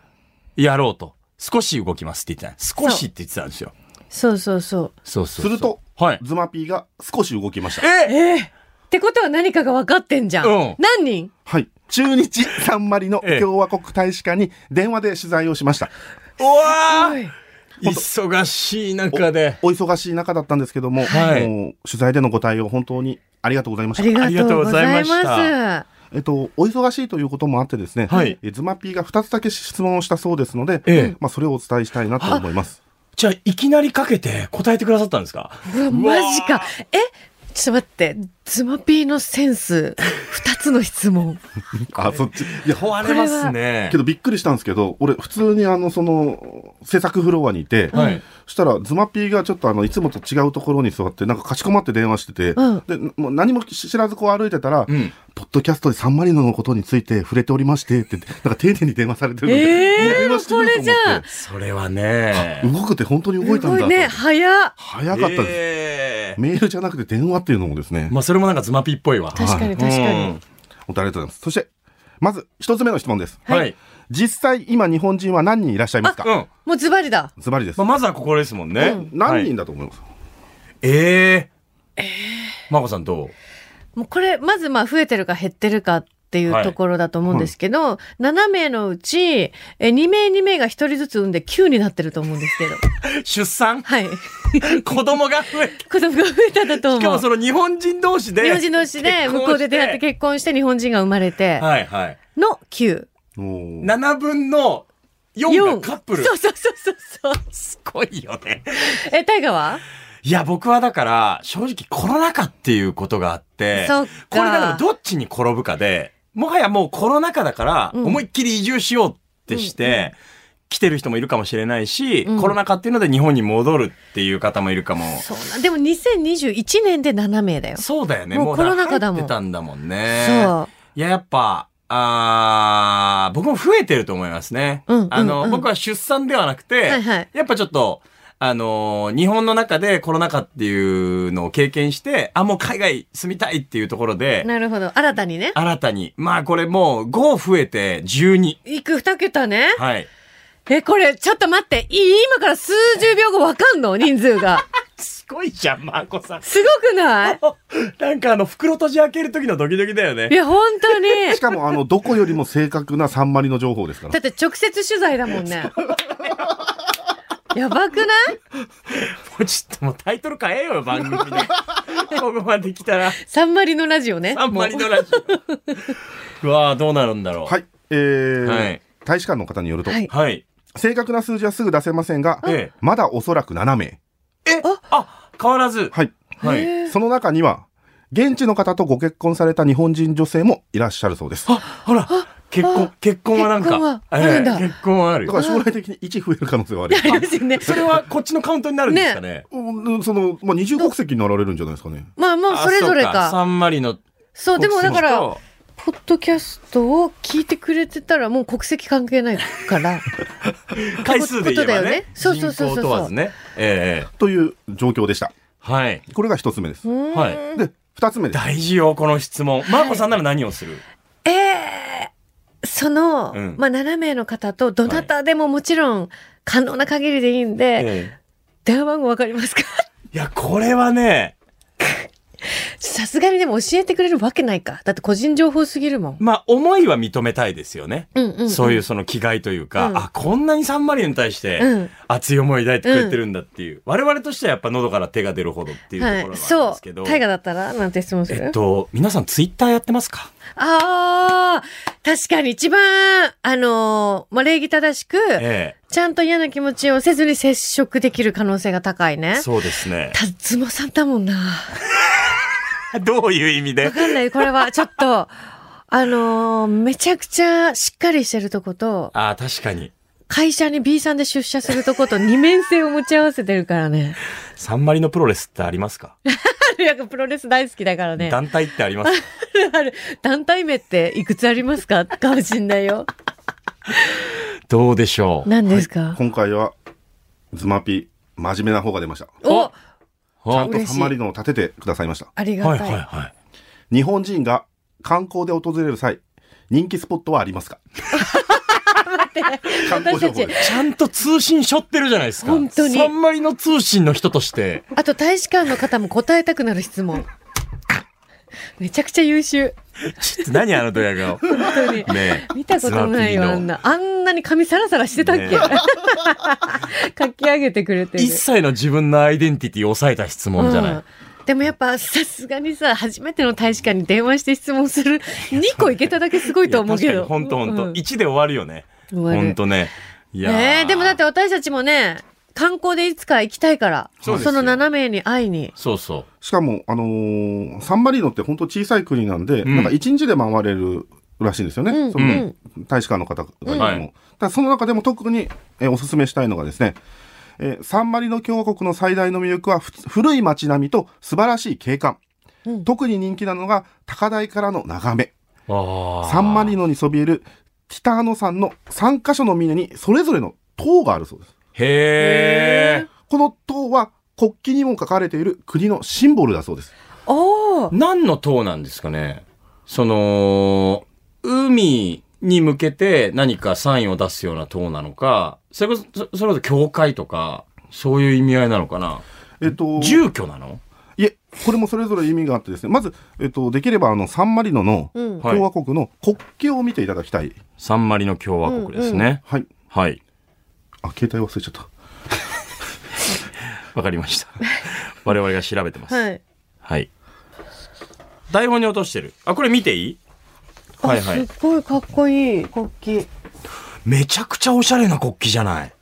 Speaker 3: い。
Speaker 2: やろうと。少し動きますって言ってた。
Speaker 3: う
Speaker 2: 少しって言ってたんですよ。
Speaker 3: そうそうそう。
Speaker 2: そうそう
Speaker 4: すると、
Speaker 2: はい。
Speaker 4: ズマピーが少し動きました。
Speaker 2: え
Speaker 3: ええってことは何かが分かってんじゃん。
Speaker 2: うん
Speaker 3: 何人
Speaker 4: はい。中日サンマリの
Speaker 2: ええ
Speaker 4: 共和国大使館に電話で取材をしました。
Speaker 2: うわ
Speaker 3: お
Speaker 2: ー
Speaker 3: い
Speaker 2: 忙しい中で。
Speaker 4: お忙しい中だったんですけども、
Speaker 2: はい
Speaker 4: もう取材でのご対応本当にありがとうございま
Speaker 3: あ
Speaker 4: した。
Speaker 3: りがとうございま
Speaker 2: ありがとうござ
Speaker 3: す。
Speaker 4: えっと、お忙しいということもあってですね、
Speaker 2: はい
Speaker 4: えズマピーが2つだけ質問をしたそうですので、
Speaker 2: ええ
Speaker 4: まあ、それをお伝えしたいなと思います。
Speaker 2: じゃあ、いきなりかけて答えてくださったんですか
Speaker 3: うわ、マジか。えちょっと待って、ズマピーのセンス、二つの質問。
Speaker 4: あ、そっち。いや、
Speaker 2: 壊れますね
Speaker 4: け。どびっくりしたんですけど、俺、普通にあの、その、制作フロアにいて、
Speaker 2: はい。
Speaker 4: そしたら、ズマピーがちょっとあの、いつもと違うところに座って、なんかかしこまって電話してて、
Speaker 3: うん
Speaker 4: で、もう何も知らずこう歩いてたら、
Speaker 2: うん
Speaker 4: ポッドキャストでサンマリノのことについて触れておりまして、って、なんか丁寧に電話されてるので、
Speaker 3: えー
Speaker 4: もう電話してみようと思
Speaker 3: これじゃん
Speaker 4: っ
Speaker 2: それはね
Speaker 4: て、。動くって本当に動いたんだと思って
Speaker 3: ね、早っ。
Speaker 4: 早かったです、
Speaker 2: えー
Speaker 4: メールじゃなくて電話っていうのもですね、
Speaker 2: まあ、それもなんかズマピーっぽいわ。
Speaker 3: 確かに確か
Speaker 2: う
Speaker 3: に
Speaker 2: ん。
Speaker 4: 本当ありがとうございます。そして、まず、一つ目の質問です。
Speaker 3: はい
Speaker 2: はい。
Speaker 4: 実際、今、日本人は何人いらっしゃいます
Speaker 2: う
Speaker 4: か
Speaker 2: ん。
Speaker 3: もうズバリだ。
Speaker 4: ズバリです
Speaker 2: まあ、。まずはここですもんね。
Speaker 4: 何人
Speaker 2: だ
Speaker 4: だと思います、
Speaker 2: ええまこさんどう
Speaker 3: もうこれ、まずまあ増えてるか減ってるかっていうところだと思うんですけど、7名のうち、え2名2名が1人ずつ産んで9になってると思うんですけど。
Speaker 2: 出産
Speaker 3: はい。
Speaker 2: 子供が
Speaker 3: (laughs)
Speaker 2: 増えて
Speaker 3: 子供が増えたんだと思う。
Speaker 2: しかもその日本人同士で
Speaker 3: 日本人同士で
Speaker 2: 結婚して
Speaker 3: 向こうで出会って結婚して日本人が生まれて
Speaker 2: はいはい
Speaker 3: の9。
Speaker 4: おー
Speaker 2: 7分の4がカップル
Speaker 3: そうそうそうそうそう。
Speaker 2: すごいよね
Speaker 3: え、大河はい
Speaker 2: や僕はだから正直コロナ禍っていうことがあって
Speaker 3: そっか
Speaker 2: これだからどっちに転ぶかでもはやもうコロナ禍だから
Speaker 3: うん
Speaker 2: 思いっきり移住しようってして、来てる人もいるかもしれないし、
Speaker 3: うん
Speaker 2: コロナ禍っていうので日本に戻るっていう方もいるかも
Speaker 3: そうなん。でも2021年で7名だよ。
Speaker 2: そうだよね。
Speaker 3: もう
Speaker 2: もうだから
Speaker 3: コロナ禍だも
Speaker 2: 入
Speaker 3: ん
Speaker 2: ってたんだもんね。
Speaker 3: そう。
Speaker 2: いや、やっぱ、あー僕も増えてると思いますね。
Speaker 3: うんうんうん
Speaker 2: あの、僕は出産ではなくて、
Speaker 3: はいはい
Speaker 2: やっぱちょっと、あのー日本の中でコロナ禍っていうのを経験して、あ、もう海外住みたいっていうところで、
Speaker 3: なるほど。新たにね。
Speaker 2: 新たに、まあこれもう5増えて12。
Speaker 3: 行く二桁ね。
Speaker 2: はい。
Speaker 3: え、これ、ちょっと待って。いい今から数十秒後わかんの人数が。
Speaker 2: すごいじゃん、マーコさん。
Speaker 3: すご
Speaker 2: (laughs)
Speaker 3: くない
Speaker 2: なんかあの、袋閉じ開ける時のドキドキだよ
Speaker 3: い
Speaker 2: ね。
Speaker 3: や、本当に。
Speaker 4: しかも、あの、どこよりも正確なサンマリの情報ですから
Speaker 3: だ。って直接取材だもんね。やばくない
Speaker 2: もうちょっともうタイトル変えようよ、
Speaker 4: (laughs)
Speaker 2: 番組の。ここまで来たら、
Speaker 3: サンマリのラジオね。
Speaker 2: あんまりのラジ
Speaker 4: (laughs)
Speaker 2: オ。うわーどうなるんだろう。
Speaker 4: はい。えー
Speaker 2: はい
Speaker 4: 大使館の方によると、
Speaker 3: はい
Speaker 2: はい。
Speaker 4: 正確な数字はすぐ出せませんが、
Speaker 2: ええ
Speaker 4: まだおそらく7名。
Speaker 2: あ、変わらず。
Speaker 4: はい。
Speaker 2: はい。
Speaker 3: へー
Speaker 4: その中には、現地の方とご結婚された日本人女性もいらっしゃるそうです。だ
Speaker 2: あ、ほら、結婚
Speaker 3: あ、
Speaker 2: 結婚はなん
Speaker 3: 結婚は
Speaker 2: か、
Speaker 3: あるんだ
Speaker 2: ええ結婚はある
Speaker 4: から将来的に1増える可能性はありま
Speaker 3: あ
Speaker 4: す
Speaker 3: り。ますよね。
Speaker 2: それはこっちのカウントになるんですかね。
Speaker 4: うんその、まあ、二重国籍になられるんじゃないですかね。
Speaker 3: まあまあ、それぞれ
Speaker 2: あそうサ
Speaker 3: か。
Speaker 2: ンマリの。
Speaker 3: そう、でもだから、
Speaker 2: 国籍
Speaker 3: ポッドキャストを聞いてくれてたらもう国籍関係ないから。
Speaker 2: と回数で言え
Speaker 3: こ
Speaker 2: ば
Speaker 3: とだよ
Speaker 2: ね
Speaker 3: ね。そうそうそうそう
Speaker 2: 人口問わずね。ええ
Speaker 4: という状況でした。
Speaker 2: はい。
Speaker 4: これが一つ目です。
Speaker 3: うー
Speaker 2: (laughs)
Speaker 3: ん
Speaker 2: はい
Speaker 4: で、二つ目です。
Speaker 2: 大事よ、この質問。マーコさんなら何をする
Speaker 3: ええその、
Speaker 2: うん
Speaker 3: まあ7名の方とどなたでももちろん可能な限りでいいんで、
Speaker 2: ええ
Speaker 3: 電話番号わかりますか (laughs)
Speaker 2: いや、これはね、
Speaker 3: さすがにでも教えてくれるわけないか。だって個人情報すぎるもん。
Speaker 2: まあ、思いは認めたいですよね。
Speaker 3: うんうん、
Speaker 2: そういう
Speaker 3: う。
Speaker 2: その気概というか、
Speaker 3: うん
Speaker 2: あ、こんなにサンマリオに対し
Speaker 3: う
Speaker 2: て
Speaker 3: ん
Speaker 2: 熱い思いを抱いてくれてるんだっていう、我々としてはやっぱ喉から手が出るほどっていうところな
Speaker 3: は
Speaker 2: ん
Speaker 3: い。
Speaker 2: です
Speaker 3: そ
Speaker 2: けど、
Speaker 3: う。大河だったらなんて質問する、
Speaker 2: えっと、皆さんツイッターやってますか
Speaker 3: ああ、確かに一番、あのーまあ、礼儀正しく、
Speaker 2: え
Speaker 3: ちゃんと嫌な気持ちをせずに接触できる可能性が高い
Speaker 2: え
Speaker 3: ね。
Speaker 2: そうですね。 (laughs)
Speaker 3: たつもさんだもんな。
Speaker 2: どういう意味で
Speaker 3: わかんない。これはちょっと、 (laughs) あのーめちゃくちゃしっかりしてるとこと、
Speaker 2: ああ、確かに。
Speaker 3: 会社に B さんで出社するとこと二面性を持ち合わせてるから (laughs) ね。
Speaker 2: サンマリのプロレスってありますか、
Speaker 3: やっぱプロレス大好きだからね。
Speaker 2: 団体ってありますか
Speaker 3: ある団体名っていくつありますかかもしんないよ。
Speaker 2: どうでしょう
Speaker 3: 何ですか、
Speaker 4: 今回は、ズマピ、真面目な方が出ました。ち
Speaker 3: お
Speaker 4: ゃんと
Speaker 3: 嬉しい
Speaker 4: サンマリノを立ててくださいました。
Speaker 3: あり
Speaker 2: い
Speaker 3: がた
Speaker 2: はい
Speaker 3: い。
Speaker 2: はいはい。
Speaker 4: 日本人が観光で訪れる際、人気スポットはありますか観光情報です。
Speaker 2: ちゃんと通信しょってるじゃないですか。
Speaker 3: 本当に
Speaker 2: サンマリの通信の人として。
Speaker 3: あと大使館の方も答えたくなる質問。めちゃくちゃ優秀。
Speaker 2: ちょっと何あのドヤ
Speaker 3: (laughs)
Speaker 2: 顔。
Speaker 3: 本当に。
Speaker 2: ねえ
Speaker 3: 見たことないよ、
Speaker 2: スマ
Speaker 3: あ
Speaker 2: ピ
Speaker 3: んな。あんなに髪サラサラしてたっけ、
Speaker 2: ね
Speaker 3: (laughs) 書き上げてくれてる。
Speaker 2: 一切の自分のアイデンティティを抑えた質問じゃない。
Speaker 3: うんでもやっぱさすがにさ初めての大使館に電話して質問する2個いけただけすごいと思うけど
Speaker 2: 本当本
Speaker 3: う
Speaker 2: 当
Speaker 3: ん
Speaker 2: 一で終わるよね。
Speaker 3: 終わる
Speaker 2: 本当ね。いやー
Speaker 3: ねえでもだって私たちもね観光でいつか行きたいから
Speaker 2: そう
Speaker 3: そ
Speaker 2: ですよ
Speaker 3: の7名に会いに
Speaker 2: そうそう。
Speaker 4: しかも、あのーサンマリノって本当小さい国なんで、
Speaker 2: ん
Speaker 4: なんか一日で回れるらしいんですよね。
Speaker 3: うん
Speaker 4: その
Speaker 3: うん
Speaker 4: 大使館の方々にも。
Speaker 2: はい
Speaker 4: ただその中でも特に、えーおすすめしたいのがですね、えーサンマリノ共和国の最大の魅力はふ古い街並みと素晴らしい景観。
Speaker 3: うん
Speaker 4: 特に人気なのが高台からの眺め。
Speaker 2: あー
Speaker 4: サンマリノにそびえるティターノ山の3カ所の峰にそれぞれの塔があるそうです。
Speaker 2: へえ。
Speaker 4: この塔は国旗にも書かれている国のシンボルだそうです。
Speaker 3: おお
Speaker 2: 何の塔なんですかねその、海に向けて何かサインを出すような塔なのか、それこそ、そそれこそ教会とか、そういう意味合いなのかな
Speaker 4: えっと、
Speaker 2: 住居なの
Speaker 4: いえ、これもそれぞれ意味があってですね、まず、えっと、できればあのサンマリノの
Speaker 3: うん
Speaker 2: はい
Speaker 4: 共和国の国旗を見ていただきたい。
Speaker 2: サンマリの共和国ですね。
Speaker 4: はい。
Speaker 2: はい。
Speaker 4: あ、携帯忘れちゃった。
Speaker 2: わかりま
Speaker 3: (laughs)
Speaker 2: した。我々が調べてます。
Speaker 3: はい
Speaker 2: はい。台本に落としてる。あ、これ見ていいはいは
Speaker 3: あ
Speaker 2: い。
Speaker 3: すっごいかっこいい国旗
Speaker 2: めちゃくちゃおしゃれな国旗じゃない。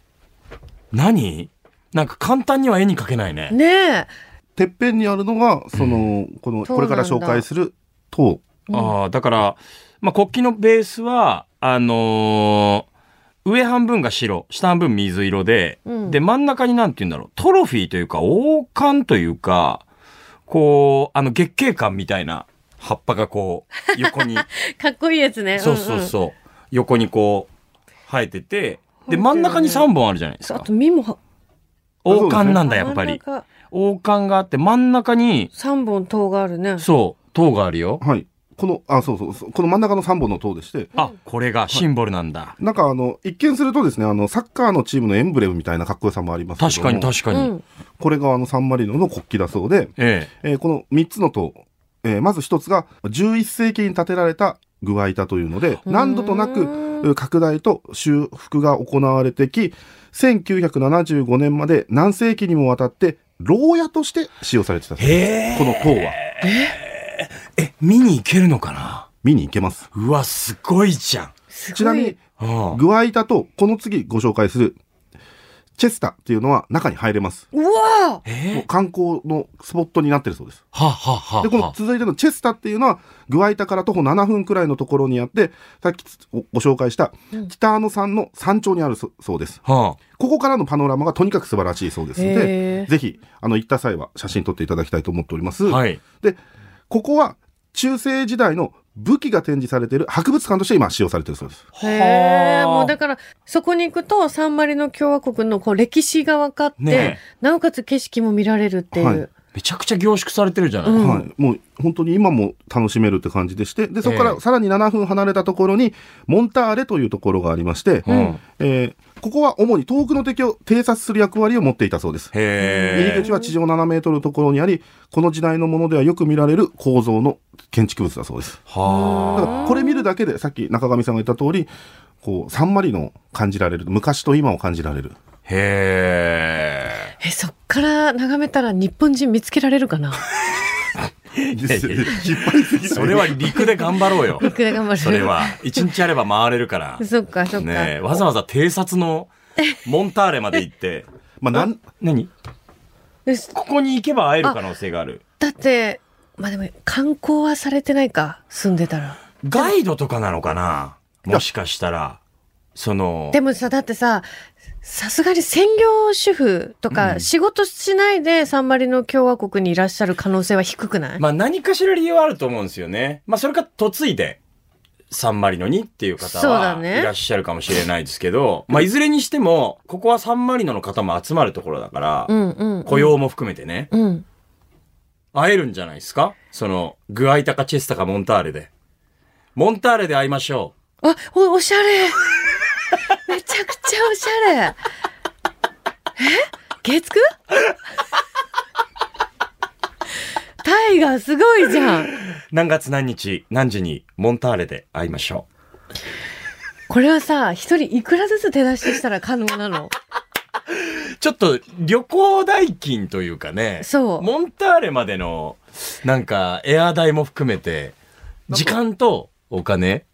Speaker 2: 何なんか簡単には絵に描けないね。
Speaker 3: ねえ
Speaker 4: てっぺんにあるのが、その、この、
Speaker 3: 塔
Speaker 4: これから紹介する塔。
Speaker 2: ああ、だから、まあ、国旗のベースは、あのー上半分が白、下半分水色で、
Speaker 3: うん
Speaker 2: で、真ん中になんて言うんだろう、トロフィーというか、王冠というか、こう、あの、月桂冠みたいな葉っぱがこう、
Speaker 3: (laughs)
Speaker 2: 横に。
Speaker 3: かっこいいやつね。
Speaker 2: そうそう
Speaker 3: うんうん
Speaker 2: そう。横にこう、生えてて、で、真ん中に3本あるじゃないです
Speaker 3: あ
Speaker 2: か
Speaker 3: と。身もは
Speaker 2: 王冠なんだ、
Speaker 3: あ
Speaker 2: やっぱり。
Speaker 3: 真ん中
Speaker 2: 王冠があって、真ん中に、
Speaker 3: 三本塔があるね。
Speaker 2: そう、塔があるよ。
Speaker 4: はい。この、あ、そうそうそう、この真ん中の3本の塔でして、
Speaker 2: あ、これがシンボルなんだ。
Speaker 4: なんかあの、一見するとですね、あの、サッカーのチームのエンブレムみたいなかっこよさもありますけども
Speaker 2: 確かに確か
Speaker 3: う
Speaker 2: に。
Speaker 3: ん。
Speaker 4: これがあの、サンマリノの国旗だそうで、
Speaker 2: え
Speaker 4: えーこの3つの塔、えーまず1つが11世紀に建てられた具合板というので、何度とな
Speaker 3: うー
Speaker 4: く拡大と修復が行われてき、1975年まで何世紀にもわたって、牢屋として使用されてたそう
Speaker 2: え。
Speaker 4: です
Speaker 2: へえ。
Speaker 4: この塔は
Speaker 2: え、見に行けるのかな
Speaker 4: 見に行けます。
Speaker 2: うわ、すごいじゃん。
Speaker 3: すごい
Speaker 4: ちなみに、
Speaker 2: うん
Speaker 4: グアイタと、この次ご紹介する、チェスタっていうのは中に入れます。
Speaker 3: うわ
Speaker 2: え
Speaker 4: もう
Speaker 2: ー
Speaker 4: 観光のスポットになってるそうです。
Speaker 2: ははは
Speaker 4: で、この
Speaker 2: は。
Speaker 4: 続いてのチェスタっていうのは、グアイタから徒歩7分くらいのところにあって、さっきごご紹介した、北アノ山の山頂にあるそそうです。
Speaker 2: は
Speaker 4: ここからのパノラマがとにかく素晴らしいそうですの
Speaker 3: へー
Speaker 4: で、ぜひ、あの、行った際は写真撮っていただきたいと思っております。
Speaker 2: あはい。
Speaker 4: で、ここは、中世時代の武器が展示されている博物館として今使用されているそうです。
Speaker 3: ーへえ、
Speaker 2: はあ
Speaker 3: もうだから、そこに行くと、サンマリの共和国のこう歴史が分かって、
Speaker 2: ね
Speaker 3: なおかつ景色も見られるっていう。
Speaker 4: はい
Speaker 2: めちゃくちゃ凝縮されてるじゃない、
Speaker 3: うん
Speaker 4: はい、もう本当に今も楽しめるって感じでして、でそこか
Speaker 2: ええ
Speaker 4: らさらに7分離れたところに、モンターレというところがありまして、
Speaker 2: うん
Speaker 4: えーここは主に遠くの敵を偵察する役割を持っていたそうです。入
Speaker 2: へ
Speaker 4: り口は地上7メートルのところにあり、この時代のものではよく見られる構造の建築物だそうです。だ
Speaker 2: は
Speaker 4: からこれ見るだけで、さっき中上さんが言った通り、こう、サンマリノを感じられる。昔と今を感じられる。
Speaker 2: あ。へえ。
Speaker 3: え、そっから眺めたら日本人見つけられるかな
Speaker 4: 引 (laughs) っ張りすぎ
Speaker 2: それは陸で頑張ろうよ。
Speaker 3: 僕が頑張る。
Speaker 2: それ。は。一日あれば回れるから。
Speaker 3: (laughs) そっか、そっか。
Speaker 2: ねえ、わざわざ偵察のモンターレまで行って。
Speaker 4: まあ、なん、
Speaker 2: 何
Speaker 3: え
Speaker 2: ここに行けば会える可能性がある。
Speaker 3: だって、まあでも、観光はされてないか、住んでたら。
Speaker 2: ガイドとかなのかなもしかしたら。その。
Speaker 3: でもさ、だってさ、さすがに専業主婦とか、仕事しないでサンマリの共和国にいらっしゃる可能性は低くない、
Speaker 2: まあ何かしら理由はあると思うんですよね。まあそれか嫁いで、サンマリノにっていう方
Speaker 3: そう
Speaker 2: は
Speaker 3: だね
Speaker 2: いらっしゃるかもしれないですけど、まあいずれにしても、ここはサンマリノの方も集まるところだから、
Speaker 3: うんうん。
Speaker 2: 雇用も含めてね、
Speaker 3: うん。
Speaker 2: 会えるんじゃないですかその、グアイタかチェスタかモンターレで。モンターレで会いましょ
Speaker 3: あ、お、おしゃれ。 (laughs) めちゃくちゃおしゃれ。え月9タイガーすごいじゃん。
Speaker 2: う。何月何日、何時にモンターレで会いましょ
Speaker 3: これはさ、一人いくらずつ手出ししたら可能なの
Speaker 2: う。ちょっと旅行代金というかね、
Speaker 3: そう
Speaker 2: モンターレまでの、なんかエア代も含めて、時間とお金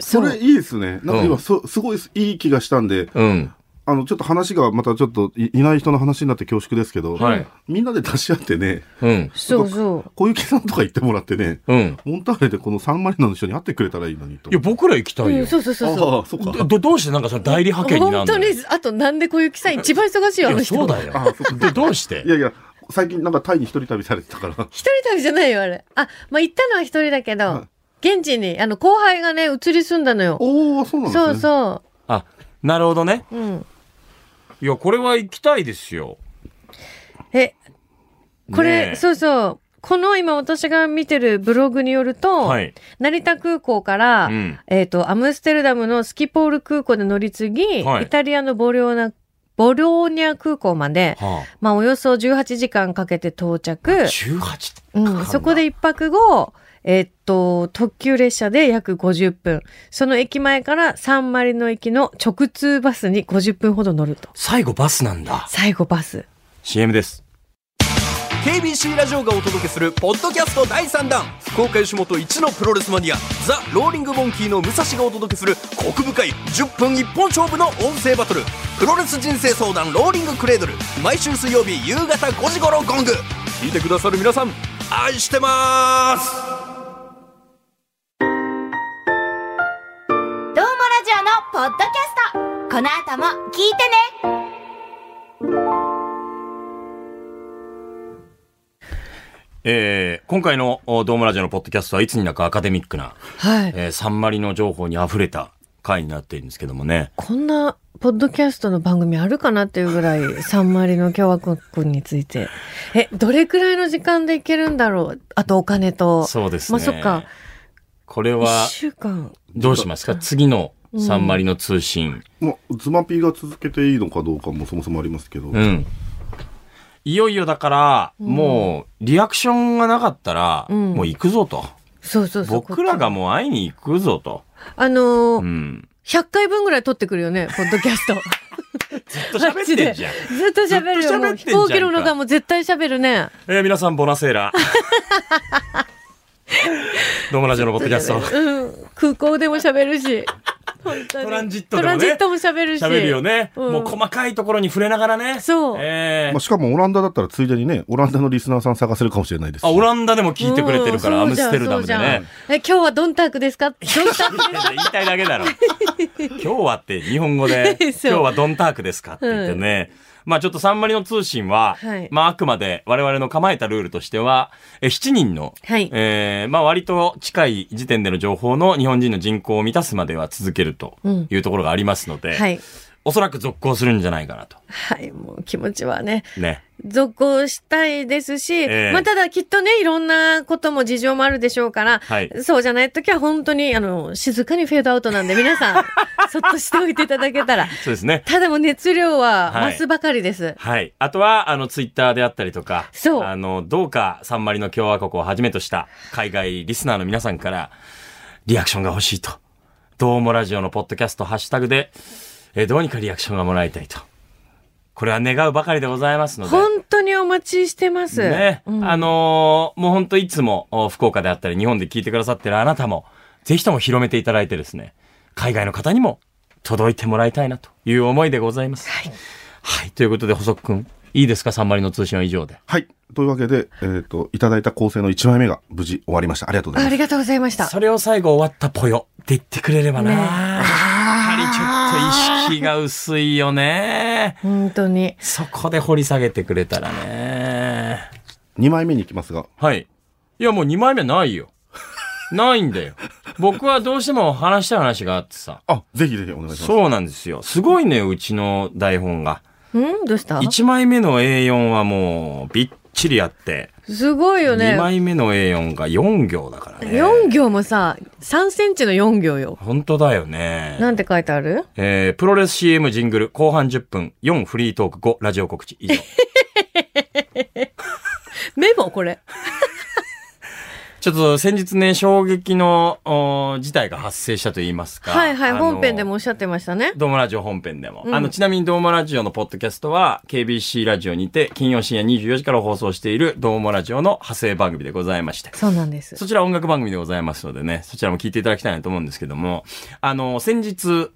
Speaker 4: それいいですね。なんか
Speaker 2: う
Speaker 4: 今、
Speaker 2: ん
Speaker 4: そすごいいい気がしたんで、
Speaker 2: うん。
Speaker 4: あの、ちょっと話がまたちょっといいない人の話になって恐縮ですけど、
Speaker 2: はい
Speaker 4: みんなで出し合ってね、
Speaker 2: うん。
Speaker 3: そうそう。
Speaker 4: 小池さんとか言ってもらっ
Speaker 2: (laughs)
Speaker 4: てね、
Speaker 2: うん。
Speaker 4: モンターレでこのサンマリノの人に会ってくれたらいいのにと。
Speaker 2: いや、僕ら行きたいうよ。
Speaker 3: ん、そうそうそう
Speaker 4: あ
Speaker 3: そ
Speaker 4: あ、そうか。
Speaker 2: ど、どうしてなんかその代理
Speaker 3: う。
Speaker 2: 派遣にな
Speaker 3: 本
Speaker 2: んの
Speaker 3: 当に、あとなんで小雪さん一番忙しいよ、あ
Speaker 2: い
Speaker 3: の
Speaker 2: や
Speaker 3: 人。
Speaker 2: そうだよ。
Speaker 4: あそっ
Speaker 2: で、どうして
Speaker 4: いやいや、最近なんかタイに一人旅されてた
Speaker 2: (laughs)
Speaker 4: から。
Speaker 3: 一人旅じゃないよ、あれ。あ、まあ、行ったのは一人だけど、現地に、あの、後輩がね、移り住んだのよ。
Speaker 4: おおそうなんです
Speaker 3: そ
Speaker 4: ね。
Speaker 3: うそ
Speaker 2: あ、なるほどね。
Speaker 3: う。うん。
Speaker 2: いや、これは行きたいですよ。
Speaker 3: え、これ、
Speaker 2: ねえ
Speaker 3: そうそう。この今私が見てるブログによると、
Speaker 2: はい
Speaker 3: 成田空港から、
Speaker 2: うん
Speaker 3: えっ、と、アムステルダムのスキポール空港で乗り継ぎ、
Speaker 2: はい
Speaker 3: イタリアのボリョーナ、ボリョーニャ空港まで、
Speaker 2: は
Speaker 3: まあおよそ18時間かけて到着
Speaker 2: あ。。18
Speaker 3: うん、そこで一泊後、えっと、特急列車で約50分。その駅前からサンマリノ行きの直通バスに50分ほど乗ると。
Speaker 2: 最後バスなんだ。
Speaker 3: 最後バス。
Speaker 2: CM です。
Speaker 5: KBC ラジオがお届けするポッドキャスト第3弾福岡吉本一のプロレスマニアザ・ローリング・モンキーの武蔵がお届けするコク深い10分一本勝負の音声バトルプロレス人生相談ローリングクレードル毎週水曜日夕方5時頃ゴング聞いてくださる皆さん愛してます
Speaker 6: どうもラジオのポッドキャストこの後も聞いてね
Speaker 2: え今回のおドームラジオのポッドキャストはいつになくアカデミックな、
Speaker 3: はい。
Speaker 2: えー、サンマリの情報に溢れた回になっているんですけどもね。
Speaker 3: こんなポッドキャストの番組あるかなっていうぐらい、サンマリの共和国について。え、どれくらいの時間でいけるんだろうあとお金と。
Speaker 2: そうですね。
Speaker 3: まあ、そっか。。
Speaker 2: これ
Speaker 3: 一
Speaker 2: は、
Speaker 3: 週間。
Speaker 2: どうしますか次のサンマリの通信。
Speaker 4: まあ、ズマピーが続けていいのかどうかもそもそもありますけど。
Speaker 2: うん。いよいよだから、もう、リアクションがなかったら、
Speaker 3: ん
Speaker 2: もう行くぞと。
Speaker 3: そうそうそう。
Speaker 2: 僕らが
Speaker 3: こ
Speaker 2: もう会いに行くぞと。
Speaker 3: っち。あのー
Speaker 2: うん。
Speaker 3: 100回分ぐらい撮ってくるよね、ポッドキャ
Speaker 2: (laughs)
Speaker 3: スト。
Speaker 2: ずっと喋ってんじゃん。
Speaker 3: ずっと喋る
Speaker 2: ずっと喋ってんじゃ
Speaker 3: よ。
Speaker 2: ん
Speaker 3: もう飛行機の中も絶対喋るね。
Speaker 2: えー皆さん、ボナセー
Speaker 3: (laughs)
Speaker 2: ラ。どうもラジオのポッドキャスト。
Speaker 3: うん。空港でも喋るし。本当に
Speaker 2: トランジットでもね
Speaker 3: トランジットも喋るし。
Speaker 2: 喋るよね、
Speaker 3: うん
Speaker 2: もう細かいところに触れながらね。
Speaker 3: そう
Speaker 2: えー
Speaker 4: まあ、しかもオランダだったらついでにね、オランダのリスナーさん探せるかもしれないですし。
Speaker 2: あ、オランダでも聞いてくれてるから、
Speaker 3: う
Speaker 2: ア
Speaker 3: ん
Speaker 2: ムステルダムで。
Speaker 3: そうじゃん
Speaker 2: ね
Speaker 3: そう。じゃんえ、今日はドンタクですかドンタク
Speaker 2: いやいや言いたいだけ
Speaker 3: (laughs)
Speaker 2: だろ。今日はって日本語で、今
Speaker 3: そ
Speaker 2: 日
Speaker 3: う
Speaker 2: はドンタークですかって言ってね。まあちょっとサンマリの通信は、
Speaker 3: はい
Speaker 2: まああくまで我々の構えたルールとしては、え7人の、
Speaker 3: はい
Speaker 2: えーまあ割と近い時点での情報の日本人の人口を満たすまでは続けると
Speaker 3: うん
Speaker 2: いうところがありますので、
Speaker 3: はい。
Speaker 2: おそらく続行するんじゃないかなと。
Speaker 3: はい、もう気持ちはね、
Speaker 2: ね。
Speaker 3: 続行したいですし、
Speaker 2: ええ
Speaker 3: まあただきっとね、いろんなことも事情もあるでしょうから、
Speaker 2: はい
Speaker 3: そうじゃないときは本当に、あの、静かにフェードアウトなんで皆
Speaker 2: (laughs)
Speaker 3: さん、そっとしておいていただけたら。
Speaker 2: そうですね。
Speaker 3: ただもう熱量は
Speaker 2: はい
Speaker 3: 増すばかりです。
Speaker 2: はい。あとは、あの、ツイッターであったりとか、
Speaker 3: そう
Speaker 2: あの、どうか、サンマリの共和国をはじめとした、海外リスナーの皆さんから、リアクションが欲しいと。どうもラジオのポッドキャスト、ハッシュタグで、えーどうにかリアクションがもらいたいと。これは願うばかりでございますので。
Speaker 3: 本当にお待ちしてます。
Speaker 2: ね。
Speaker 3: うん
Speaker 2: あのーもう本当いつも、お福岡であったり、日本で聞いてくださってるあなたも、ぜひとも広めていただいてですね、海外の方にも届いてもらいたいなという思いでございます。はい。ということで、細くくん、いいですかサンマリの通信は以上で。
Speaker 4: はい。というわけで、えっ、と、いただいた構成の1枚目が無事終わりました。ありがとうござい
Speaker 3: あ
Speaker 4: ま
Speaker 3: り
Speaker 4: す。
Speaker 3: がとうございました。
Speaker 2: それを最後終わったぽよって言ってくれればな、
Speaker 3: ねえ
Speaker 2: やはりちょっと意識が薄いよね。
Speaker 3: 本当に。
Speaker 2: そこで掘り下げてくれたらね。
Speaker 4: 2枚目に行きますが、
Speaker 2: はい。いや、もう2枚目ないよ。ないんだよ。僕はどうしても話したい話があってさ。
Speaker 4: あ、ぜひぜひお願いします。
Speaker 2: そうなんですよ。すごいね、うちの台本が。
Speaker 3: うんどうした
Speaker 2: 1枚目の A4 はもう、びっちりあって、
Speaker 3: すごいよね
Speaker 2: 2。枚目の A4 が4行だからね。
Speaker 3: 4行もさ、3センチの4行よ。
Speaker 2: 本当だよね。
Speaker 3: なんて書いてある
Speaker 2: えー、プロレス CM ジングル、後半10分、4フリートーク、5ラジオ告知、以上。
Speaker 3: メモこれ。
Speaker 2: ちょっと先日ね、衝撃のおー事態が発生したと言いますか。
Speaker 3: (laughs) はいはい、
Speaker 2: あの
Speaker 3: 本編でもおっしゃってましたね。
Speaker 2: ドームラジオ本編でも。
Speaker 3: うん
Speaker 2: あの、ちなみにドームラジオのポッドキャストは、KBC ラジオにて、金曜深夜24時から放送しているドームラジオの派生番組でございまして。
Speaker 3: そうなんです。
Speaker 2: そちら音楽番組でございますのでね、そちらも聞いていただきたいなと思うんですけども、あの、先日、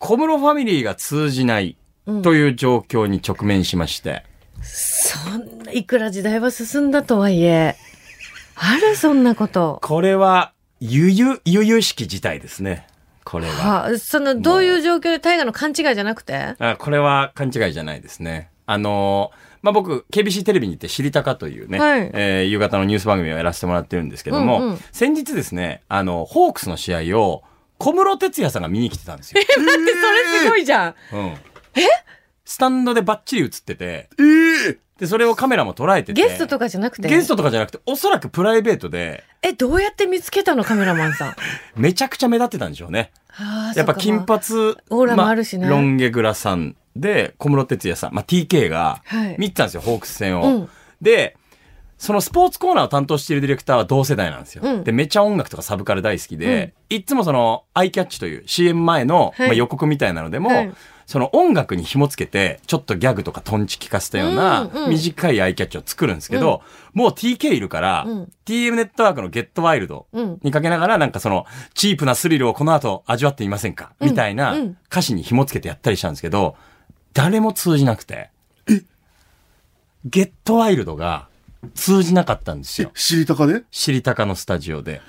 Speaker 2: 小室ファミリーが通じないという状況に直面しまして、
Speaker 3: そんな、いくら時代は進んだとはいえ、あるそんなこと。
Speaker 2: これは、ゆゆ、ゆゆしき事態ですね。これは。
Speaker 3: はその、どういう状況で大河の勘違いじゃな
Speaker 2: (laughs)
Speaker 3: くて
Speaker 2: あこれは勘違いじゃないですね。あのーまあ、僕、KBC テレビに行って知りたかというね、
Speaker 3: はい
Speaker 2: えー夕方のニュース番組をやらせてもらってるんですけども、
Speaker 3: うんうん
Speaker 2: 先日ですね、あの、ホークスの試合を小室哲也さんが見に来てたんですよ。
Speaker 3: だってそれすごいじゃん。
Speaker 2: うん、えスタンドでバッチリ映ってて、で、それをカメラも捉えてて、
Speaker 3: ゲストとかじゃなくて
Speaker 2: ゲストとかじゃなくて、おそらくプライベートで、
Speaker 3: え、どうやって見つけたのカメラマン
Speaker 2: (laughs)
Speaker 3: さん。
Speaker 2: めちゃくちゃ目立ってたんでしょうね。
Speaker 3: あー
Speaker 2: やっぱ
Speaker 3: そっ
Speaker 2: 金
Speaker 3: かまあ
Speaker 2: 髪、
Speaker 3: オーラもあるしね
Speaker 2: まロン毛グラさんで、小室哲也さん、まあ、TK が
Speaker 3: はい、
Speaker 2: 見てたんですよ、ホークス戦を。
Speaker 3: うん
Speaker 2: で、そのスポーツコーナーを担当しているディレクターは同世代なんですよ。
Speaker 3: うん
Speaker 2: で、めちゃ音楽とかサブカル大好きで、いつもその、アイキャッチという CM 前の、
Speaker 3: はい
Speaker 2: まあ、予告みたいなのでも、
Speaker 3: はい
Speaker 2: その音楽に紐付けて、ちょっとギャグとかトンチ効かせたような
Speaker 3: うんうん
Speaker 2: 短いアイキャッチを作るんですけど、もう TK いるから、
Speaker 3: うん
Speaker 2: TM ネットワークのゲットワイルド
Speaker 3: うん
Speaker 2: にかけながら、なんかその、チープなスリルをこの後味わってみませんか、みたいな
Speaker 3: うん
Speaker 2: 歌詞に紐付けてやったりしたんですけど、誰も通じなくて、ゲットワイルドが通じなかったんです
Speaker 4: え
Speaker 2: よ、。
Speaker 4: 知りたかで
Speaker 2: 知りたかのスタジオで。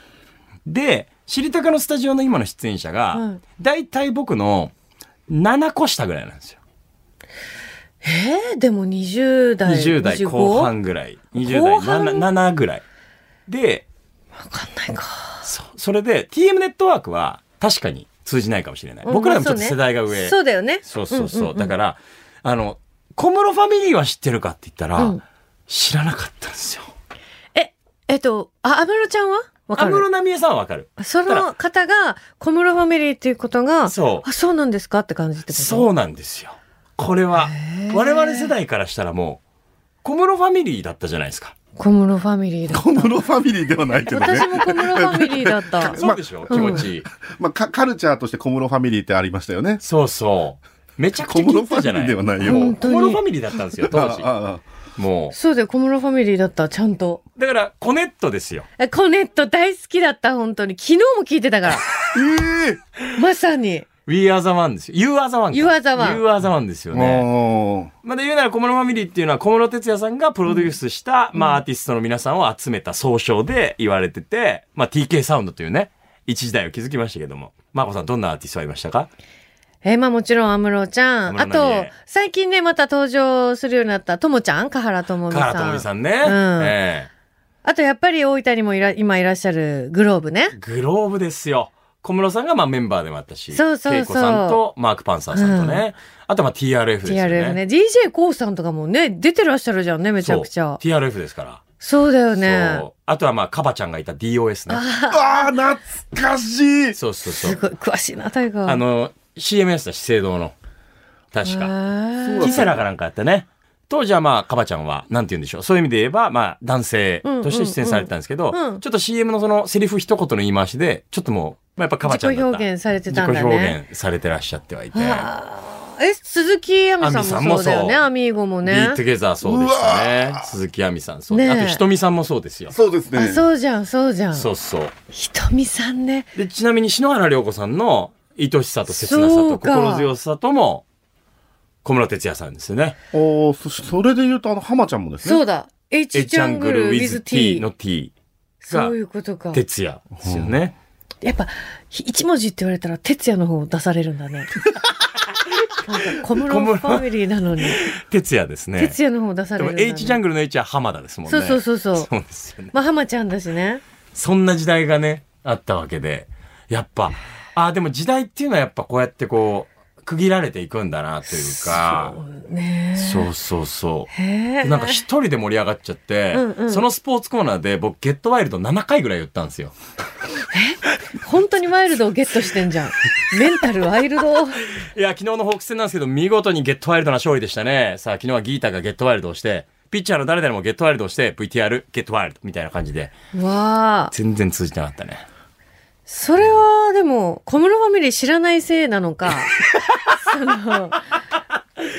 Speaker 2: で、知りたかのスタジオの今の出演者が、
Speaker 3: うん
Speaker 2: だいたい僕の7個下ぐらいなんですよ。
Speaker 3: えーでも20代。
Speaker 2: 20代後半ぐらい。20代
Speaker 3: 後半
Speaker 2: 7, ぐらい。で、
Speaker 3: わかんないか。
Speaker 2: そそれで TM ネットワークは確かに通じないかもしれない。僕らでもちょっと世代が上。
Speaker 3: そうだよね。
Speaker 2: そうそうそう。
Speaker 3: んんん
Speaker 2: だから、あの、小室ファミリーは知ってるかって言ったら、
Speaker 3: うん
Speaker 2: 知らなかったんですよ。
Speaker 3: え、えっと、あ、安室ちゃんはわか
Speaker 2: 安室
Speaker 3: る。
Speaker 2: 奈美恵さんはわかる。
Speaker 3: その方が、小室ファミリーっていうことが、
Speaker 2: そう
Speaker 3: あ、そうなんですかって感じってこと
Speaker 2: そうなんですよ。これは、我々世代からしたらもう、小室ファミリーだったじゃないですか。
Speaker 3: 小室ファミリーだ。
Speaker 4: 小室ファミリーではないけどね。
Speaker 3: 私も小室ファミリー
Speaker 2: (laughs)
Speaker 3: だった。
Speaker 2: そうでしょ、気持ちいい。
Speaker 4: まあ、かカルチャーとして小室ファミリーってありましたよね。
Speaker 2: そうそう。めちゃくち
Speaker 4: 小
Speaker 2: ゃ聞
Speaker 4: 室
Speaker 2: い
Speaker 4: フ
Speaker 2: たじゃ
Speaker 4: ァミ
Speaker 2: な
Speaker 4: リ
Speaker 2: い。
Speaker 4: ーでは
Speaker 2: 小
Speaker 4: ない
Speaker 3: うん
Speaker 4: よ。
Speaker 3: 当に
Speaker 2: 室ファミリーだったんですよ、当時。
Speaker 4: あ
Speaker 2: も
Speaker 3: そうだよ、小室ファミリーだった、ちゃんと。
Speaker 2: う。だから、コネットですよ。
Speaker 3: えコネット大好きだった、本当に。昨日も聞いて
Speaker 2: (laughs)
Speaker 3: たから。
Speaker 4: ああえ
Speaker 3: まさに。
Speaker 2: We are the one ですよ。You are the one か。
Speaker 3: You are the one
Speaker 2: You are the one です
Speaker 4: え
Speaker 2: よね。
Speaker 4: も
Speaker 2: まあ、で言うなら小室ファミリーっていうのは小室哲哉さんがプロデュースした、まあアーティストの皆さんを集めた総称で言われてて、まあ TK サウンドというね、一時代を築きましたけども。マーコさんどんなアーティストがいましたか
Speaker 3: えーまあもちろん安室ちゃん。
Speaker 2: 安
Speaker 3: あ
Speaker 2: 室奈美
Speaker 3: と
Speaker 2: 恵、
Speaker 3: 最近ね、また登場するようになった、ともちゃん河原ともみ
Speaker 2: カ
Speaker 3: さ
Speaker 2: 原
Speaker 3: ん。
Speaker 2: 智美さんね。
Speaker 3: うん
Speaker 2: え
Speaker 3: あと、やっぱり大分にもいら、今いらっしゃるグローブね
Speaker 2: え。グローブですよ。小室さんがまあメンバーでもあったし、
Speaker 3: そうそうそう
Speaker 2: 恵子さんとマーク・パンサーさんとね、あとまあ TRF ですよね。
Speaker 3: TRF ね。DJ コウさんとかもね、出てらっしゃるじゃんね、めちゃくちゃ。
Speaker 2: そう TRF ですから。
Speaker 3: そうだよね
Speaker 2: そ。うあとはまあ、カバちゃんがいた DOS ね。
Speaker 4: うああ、懐かしい。
Speaker 2: そうそうそ
Speaker 3: す
Speaker 2: う。
Speaker 3: ごい、詳しいな、大河。
Speaker 2: あ、の、CMS だ、資生堂の。確か。
Speaker 3: か
Speaker 2: キセラかなんかやったね。当時はまあ、カバちゃんは、なんて言うんでしょう。そういう意味で言えば、まあ、男性として出演されてたんですけど、
Speaker 3: うんうんうんうん
Speaker 2: ちょっと CM のその、セリフ一言の言い回しで、ちょっともう、まあ、やっぱカバちゃんだった。
Speaker 3: 自己表現されてたんだね
Speaker 2: 自己表現されてらっしゃってはいて。
Speaker 3: あーえ、鈴木亜美さんもそうだよね、
Speaker 2: 亜
Speaker 3: アミーゴも
Speaker 2: ビ
Speaker 3: ね
Speaker 2: ー。トゲザーそうでしたね。鈴木亜美さん、そうで
Speaker 3: ね
Speaker 2: あ
Speaker 3: え
Speaker 2: と、ひとみさんもそうですよ。
Speaker 4: そうです
Speaker 3: あ、
Speaker 4: ね。
Speaker 3: そうじゃん、そうじゃん。
Speaker 2: そうそう。
Speaker 3: ひとみさんね。
Speaker 2: で、ちなみに篠原涼子さんの愛しさと切なさ
Speaker 3: そ
Speaker 2: と
Speaker 3: うか
Speaker 2: 心強さとも、小室哲哉さんですよね。
Speaker 4: おーそそれで言うと、あの、浜ちゃんもですね。
Speaker 3: そうだ。H ジャングル with T
Speaker 2: の T が
Speaker 3: そういうことか。
Speaker 2: 哲也ですよね。
Speaker 3: やっぱ、ひ一文字って言われたら、哲也の方を出されるん
Speaker 2: (laughs)
Speaker 3: だね。なんか小室
Speaker 2: 小
Speaker 3: フ
Speaker 2: 室
Speaker 3: ァミリーなのに、
Speaker 2: 哲也ですね。
Speaker 3: 哲也の方を出さ
Speaker 2: で
Speaker 3: れ
Speaker 2: も
Speaker 3: るんだ、ね。
Speaker 2: H ジャングルの H は浜田ですもんね。
Speaker 3: そうそうそうそう
Speaker 2: そうですよね。
Speaker 3: まあ、浜ちゃんだしね。
Speaker 2: そんな時代がね、あったわけで、やっぱ、ああ、でも時代っていうのはやっぱこうやってこう、区切られていくんだなというか、
Speaker 3: ね
Speaker 2: そうそうそう。
Speaker 3: え。へえ。
Speaker 2: なんか一人で盛り上がっちゃって、
Speaker 3: うんうん
Speaker 2: そのスポーツコーナーで僕、ゲットワイルド7回ぐらい言ったんですよ。
Speaker 3: 本当にワイルドをゲットしてん
Speaker 2: (laughs)
Speaker 3: じゃん。メンタルワイルド。
Speaker 2: いや、昨日のホークス戦なんですけど、見事にゲットワイルドな勝利でしたね。さあ、昨日はギータがゲットワイルドをして、ピッチャーの誰々もゲットワイルドをして、VTR、ゲットワイルドみたいな感じで、
Speaker 3: わあ。
Speaker 2: 全然通じてなかったね。
Speaker 3: それはでも、小室ファミリー知らないせいなのか、その、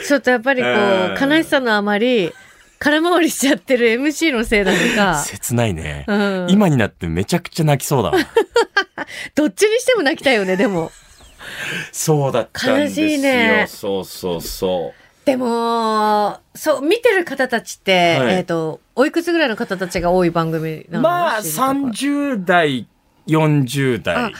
Speaker 3: ちょっとやっぱりこう、
Speaker 2: うん
Speaker 3: 悲しさのあまり、空回りしちゃってる MC のせいなの
Speaker 2: (laughs)
Speaker 3: か、
Speaker 2: 切ないね。
Speaker 3: うん
Speaker 2: 今になってめちゃくちゃ泣きそうだ
Speaker 3: (laughs)
Speaker 2: わ。
Speaker 3: どっちにしても泣きたいよね、でも。
Speaker 2: そうだったんですよ。
Speaker 3: 悲しいね
Speaker 2: そうそうそ
Speaker 3: でも、そう、見てる方たちって、
Speaker 2: はい
Speaker 3: えっ、と、おいくつぐらいの方たちが多い番組
Speaker 2: う。
Speaker 3: なの
Speaker 2: まあ、
Speaker 3: 知りたいとか
Speaker 2: 30代、40代。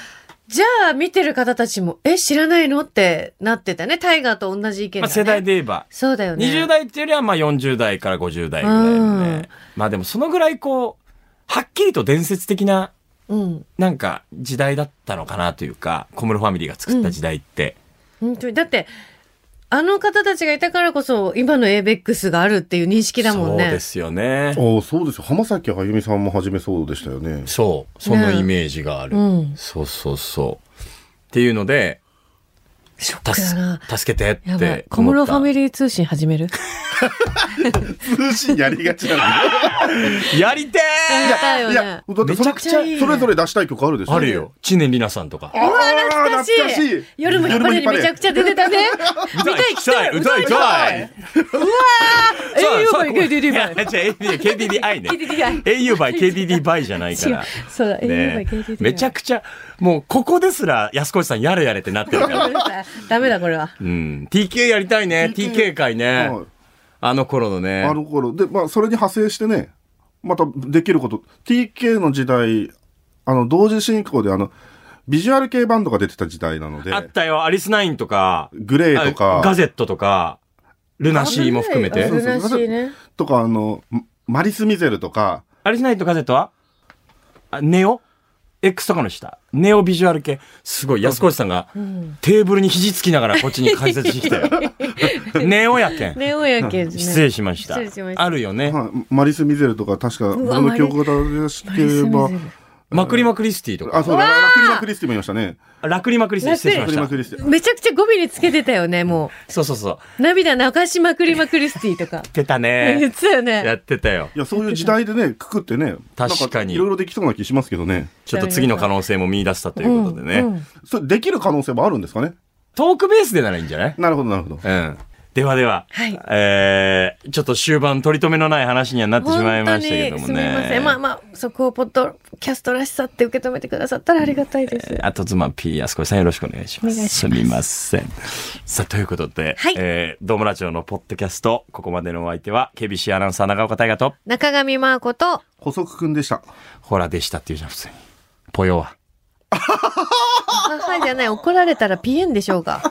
Speaker 3: じゃあ、見てる方たちも、え、知らないのってなってたね。タイガーと同じ意見だ、ね。
Speaker 2: まあ、世代で言えば、
Speaker 3: そうだよね。
Speaker 2: 20代っていうよりはまあ40代から50代ぐらいのね、
Speaker 3: うん
Speaker 2: まあでもそのぐらいこうはっきりと伝説的な
Speaker 3: うん。
Speaker 2: なんか時代だったのかなというか小室ファミリーが作った時代って、
Speaker 3: 本当にだってあの方たちがいたからこそ今の ABEX があるっていう認識だもん
Speaker 2: そうで
Speaker 3: ね。
Speaker 2: すよね
Speaker 4: おーそうですよ。浜崎あゆみさんも初めそうでした
Speaker 3: (laughs)
Speaker 4: よね。
Speaker 2: そうそのイメージがある、
Speaker 3: うん
Speaker 2: そうそうそうっていうので
Speaker 3: ショッ
Speaker 2: た
Speaker 3: クだ
Speaker 2: す
Speaker 3: な。
Speaker 2: 助けてって思
Speaker 3: や
Speaker 2: っ
Speaker 3: ば
Speaker 2: た
Speaker 3: い。小室ファミリー通信始める
Speaker 4: 通信やりがちなんだよ。
Speaker 2: やりて
Speaker 3: やりたいよ
Speaker 4: い
Speaker 3: ね
Speaker 4: や、。だって
Speaker 2: めちゃく
Speaker 3: ちゃいいね
Speaker 4: それぞれ出したい曲あるでしょ
Speaker 2: ある。よ知念里奈さんとか
Speaker 4: あー
Speaker 3: 懐かし
Speaker 4: 懐かし
Speaker 3: い
Speaker 4: い。
Speaker 3: 夜も引っ張れにめちゃくちゃ出てたね。見たい、聞きたい、
Speaker 2: 歌いたい
Speaker 3: え、
Speaker 2: そう
Speaker 3: au by
Speaker 2: い
Speaker 3: KDD
Speaker 2: や違
Speaker 3: by。
Speaker 2: う KDDI ね au
Speaker 3: KDDI
Speaker 2: by KDD by じゃないか
Speaker 3: (laughs) 違
Speaker 2: ら
Speaker 3: う。そうだ、au
Speaker 2: ね
Speaker 3: by KDD by。
Speaker 2: めちゃくちゃ、もうここですら安越さんやれやれってなってるから。
Speaker 3: (laughs) ダメだ、これは。
Speaker 2: うん。TK やりたいね。TK 会ね。
Speaker 4: はい
Speaker 2: あの頃のね
Speaker 4: あ。の頃。で、まあ、それに派生してね、またできること。TK の時代、あの、同時進行で、あの、ビジュアル系バンドが出てた時代なので
Speaker 2: あ、ったよ。アリスナインとか、
Speaker 4: グレーと
Speaker 2: あ
Speaker 4: か
Speaker 2: ガ、ゼットとか、ルナシーも含め
Speaker 3: 危
Speaker 2: て
Speaker 4: そう。 (laughs)
Speaker 3: ないしいね。
Speaker 4: とか、あの、マリス・ミゼルとか、
Speaker 2: アリスナインとガゼットは
Speaker 7: あネオ X とかの下ネオビジュアル系
Speaker 2: すごい、安越さんがテーブルに肘つきながらこっちに解説してきたよ。ネオやけん。
Speaker 3: ネオやけんね
Speaker 2: 失礼しました
Speaker 3: 失礼しま。した
Speaker 2: あるよね。
Speaker 4: はい、マリス・ミゼルとか確か、
Speaker 3: うわ
Speaker 4: 僕の記憶が正しければ
Speaker 3: マリスミゼ、
Speaker 2: マクリマクリスティと
Speaker 4: あ、
Speaker 2: か。
Speaker 4: そうだ、ラクリマ・クリスティもいましたね。
Speaker 2: ラクリマクリスティ失礼し
Speaker 4: ラ
Speaker 2: ま
Speaker 4: クリマ・
Speaker 2: し
Speaker 4: クリスティ。
Speaker 3: めちゃくちゃ語尾につけてたよね、も
Speaker 2: た。そうそうそう。
Speaker 3: う。涙流しまくりまくりスティとか。
Speaker 2: 出た
Speaker 3: 言っ
Speaker 2: ね。
Speaker 3: てたよ
Speaker 2: や
Speaker 3: ね。
Speaker 2: ってたよ。
Speaker 4: いや、そういう時代でね、くくってね、
Speaker 2: 確かに
Speaker 4: いろいろできそうな気しますけどね。
Speaker 2: ちょっと次の可能性も見出したということでね。
Speaker 4: それ、できる可能性もあるんですかね。
Speaker 2: トークベースでならいいんじゃない
Speaker 4: なるほど、なるほど。
Speaker 2: うん。ではでは、
Speaker 3: はい
Speaker 2: えー、ちょっと終盤取り留めのない話にはなってしまい
Speaker 3: 本当
Speaker 2: ま
Speaker 3: に
Speaker 2: したけどもね。
Speaker 3: すみません。まあまあ、そこをポッドキャストらしさって受け止めてくださったらありがたいです。
Speaker 2: あと妻 P 安子さんよろしくお願いします。
Speaker 3: お願いし
Speaker 2: すみません。さあ、ということで、
Speaker 3: はい
Speaker 2: えー、ドームラジオのポッドキャスト、ここまでのお相手は、KBC アナウンサー長岡大河と、
Speaker 3: 中上真亜子と、
Speaker 4: 補足くんでした。
Speaker 2: ホラでしたっていうじゃん、普通に。ポヨは。
Speaker 3: 母じゃない、怒られたらピエンでしょうが。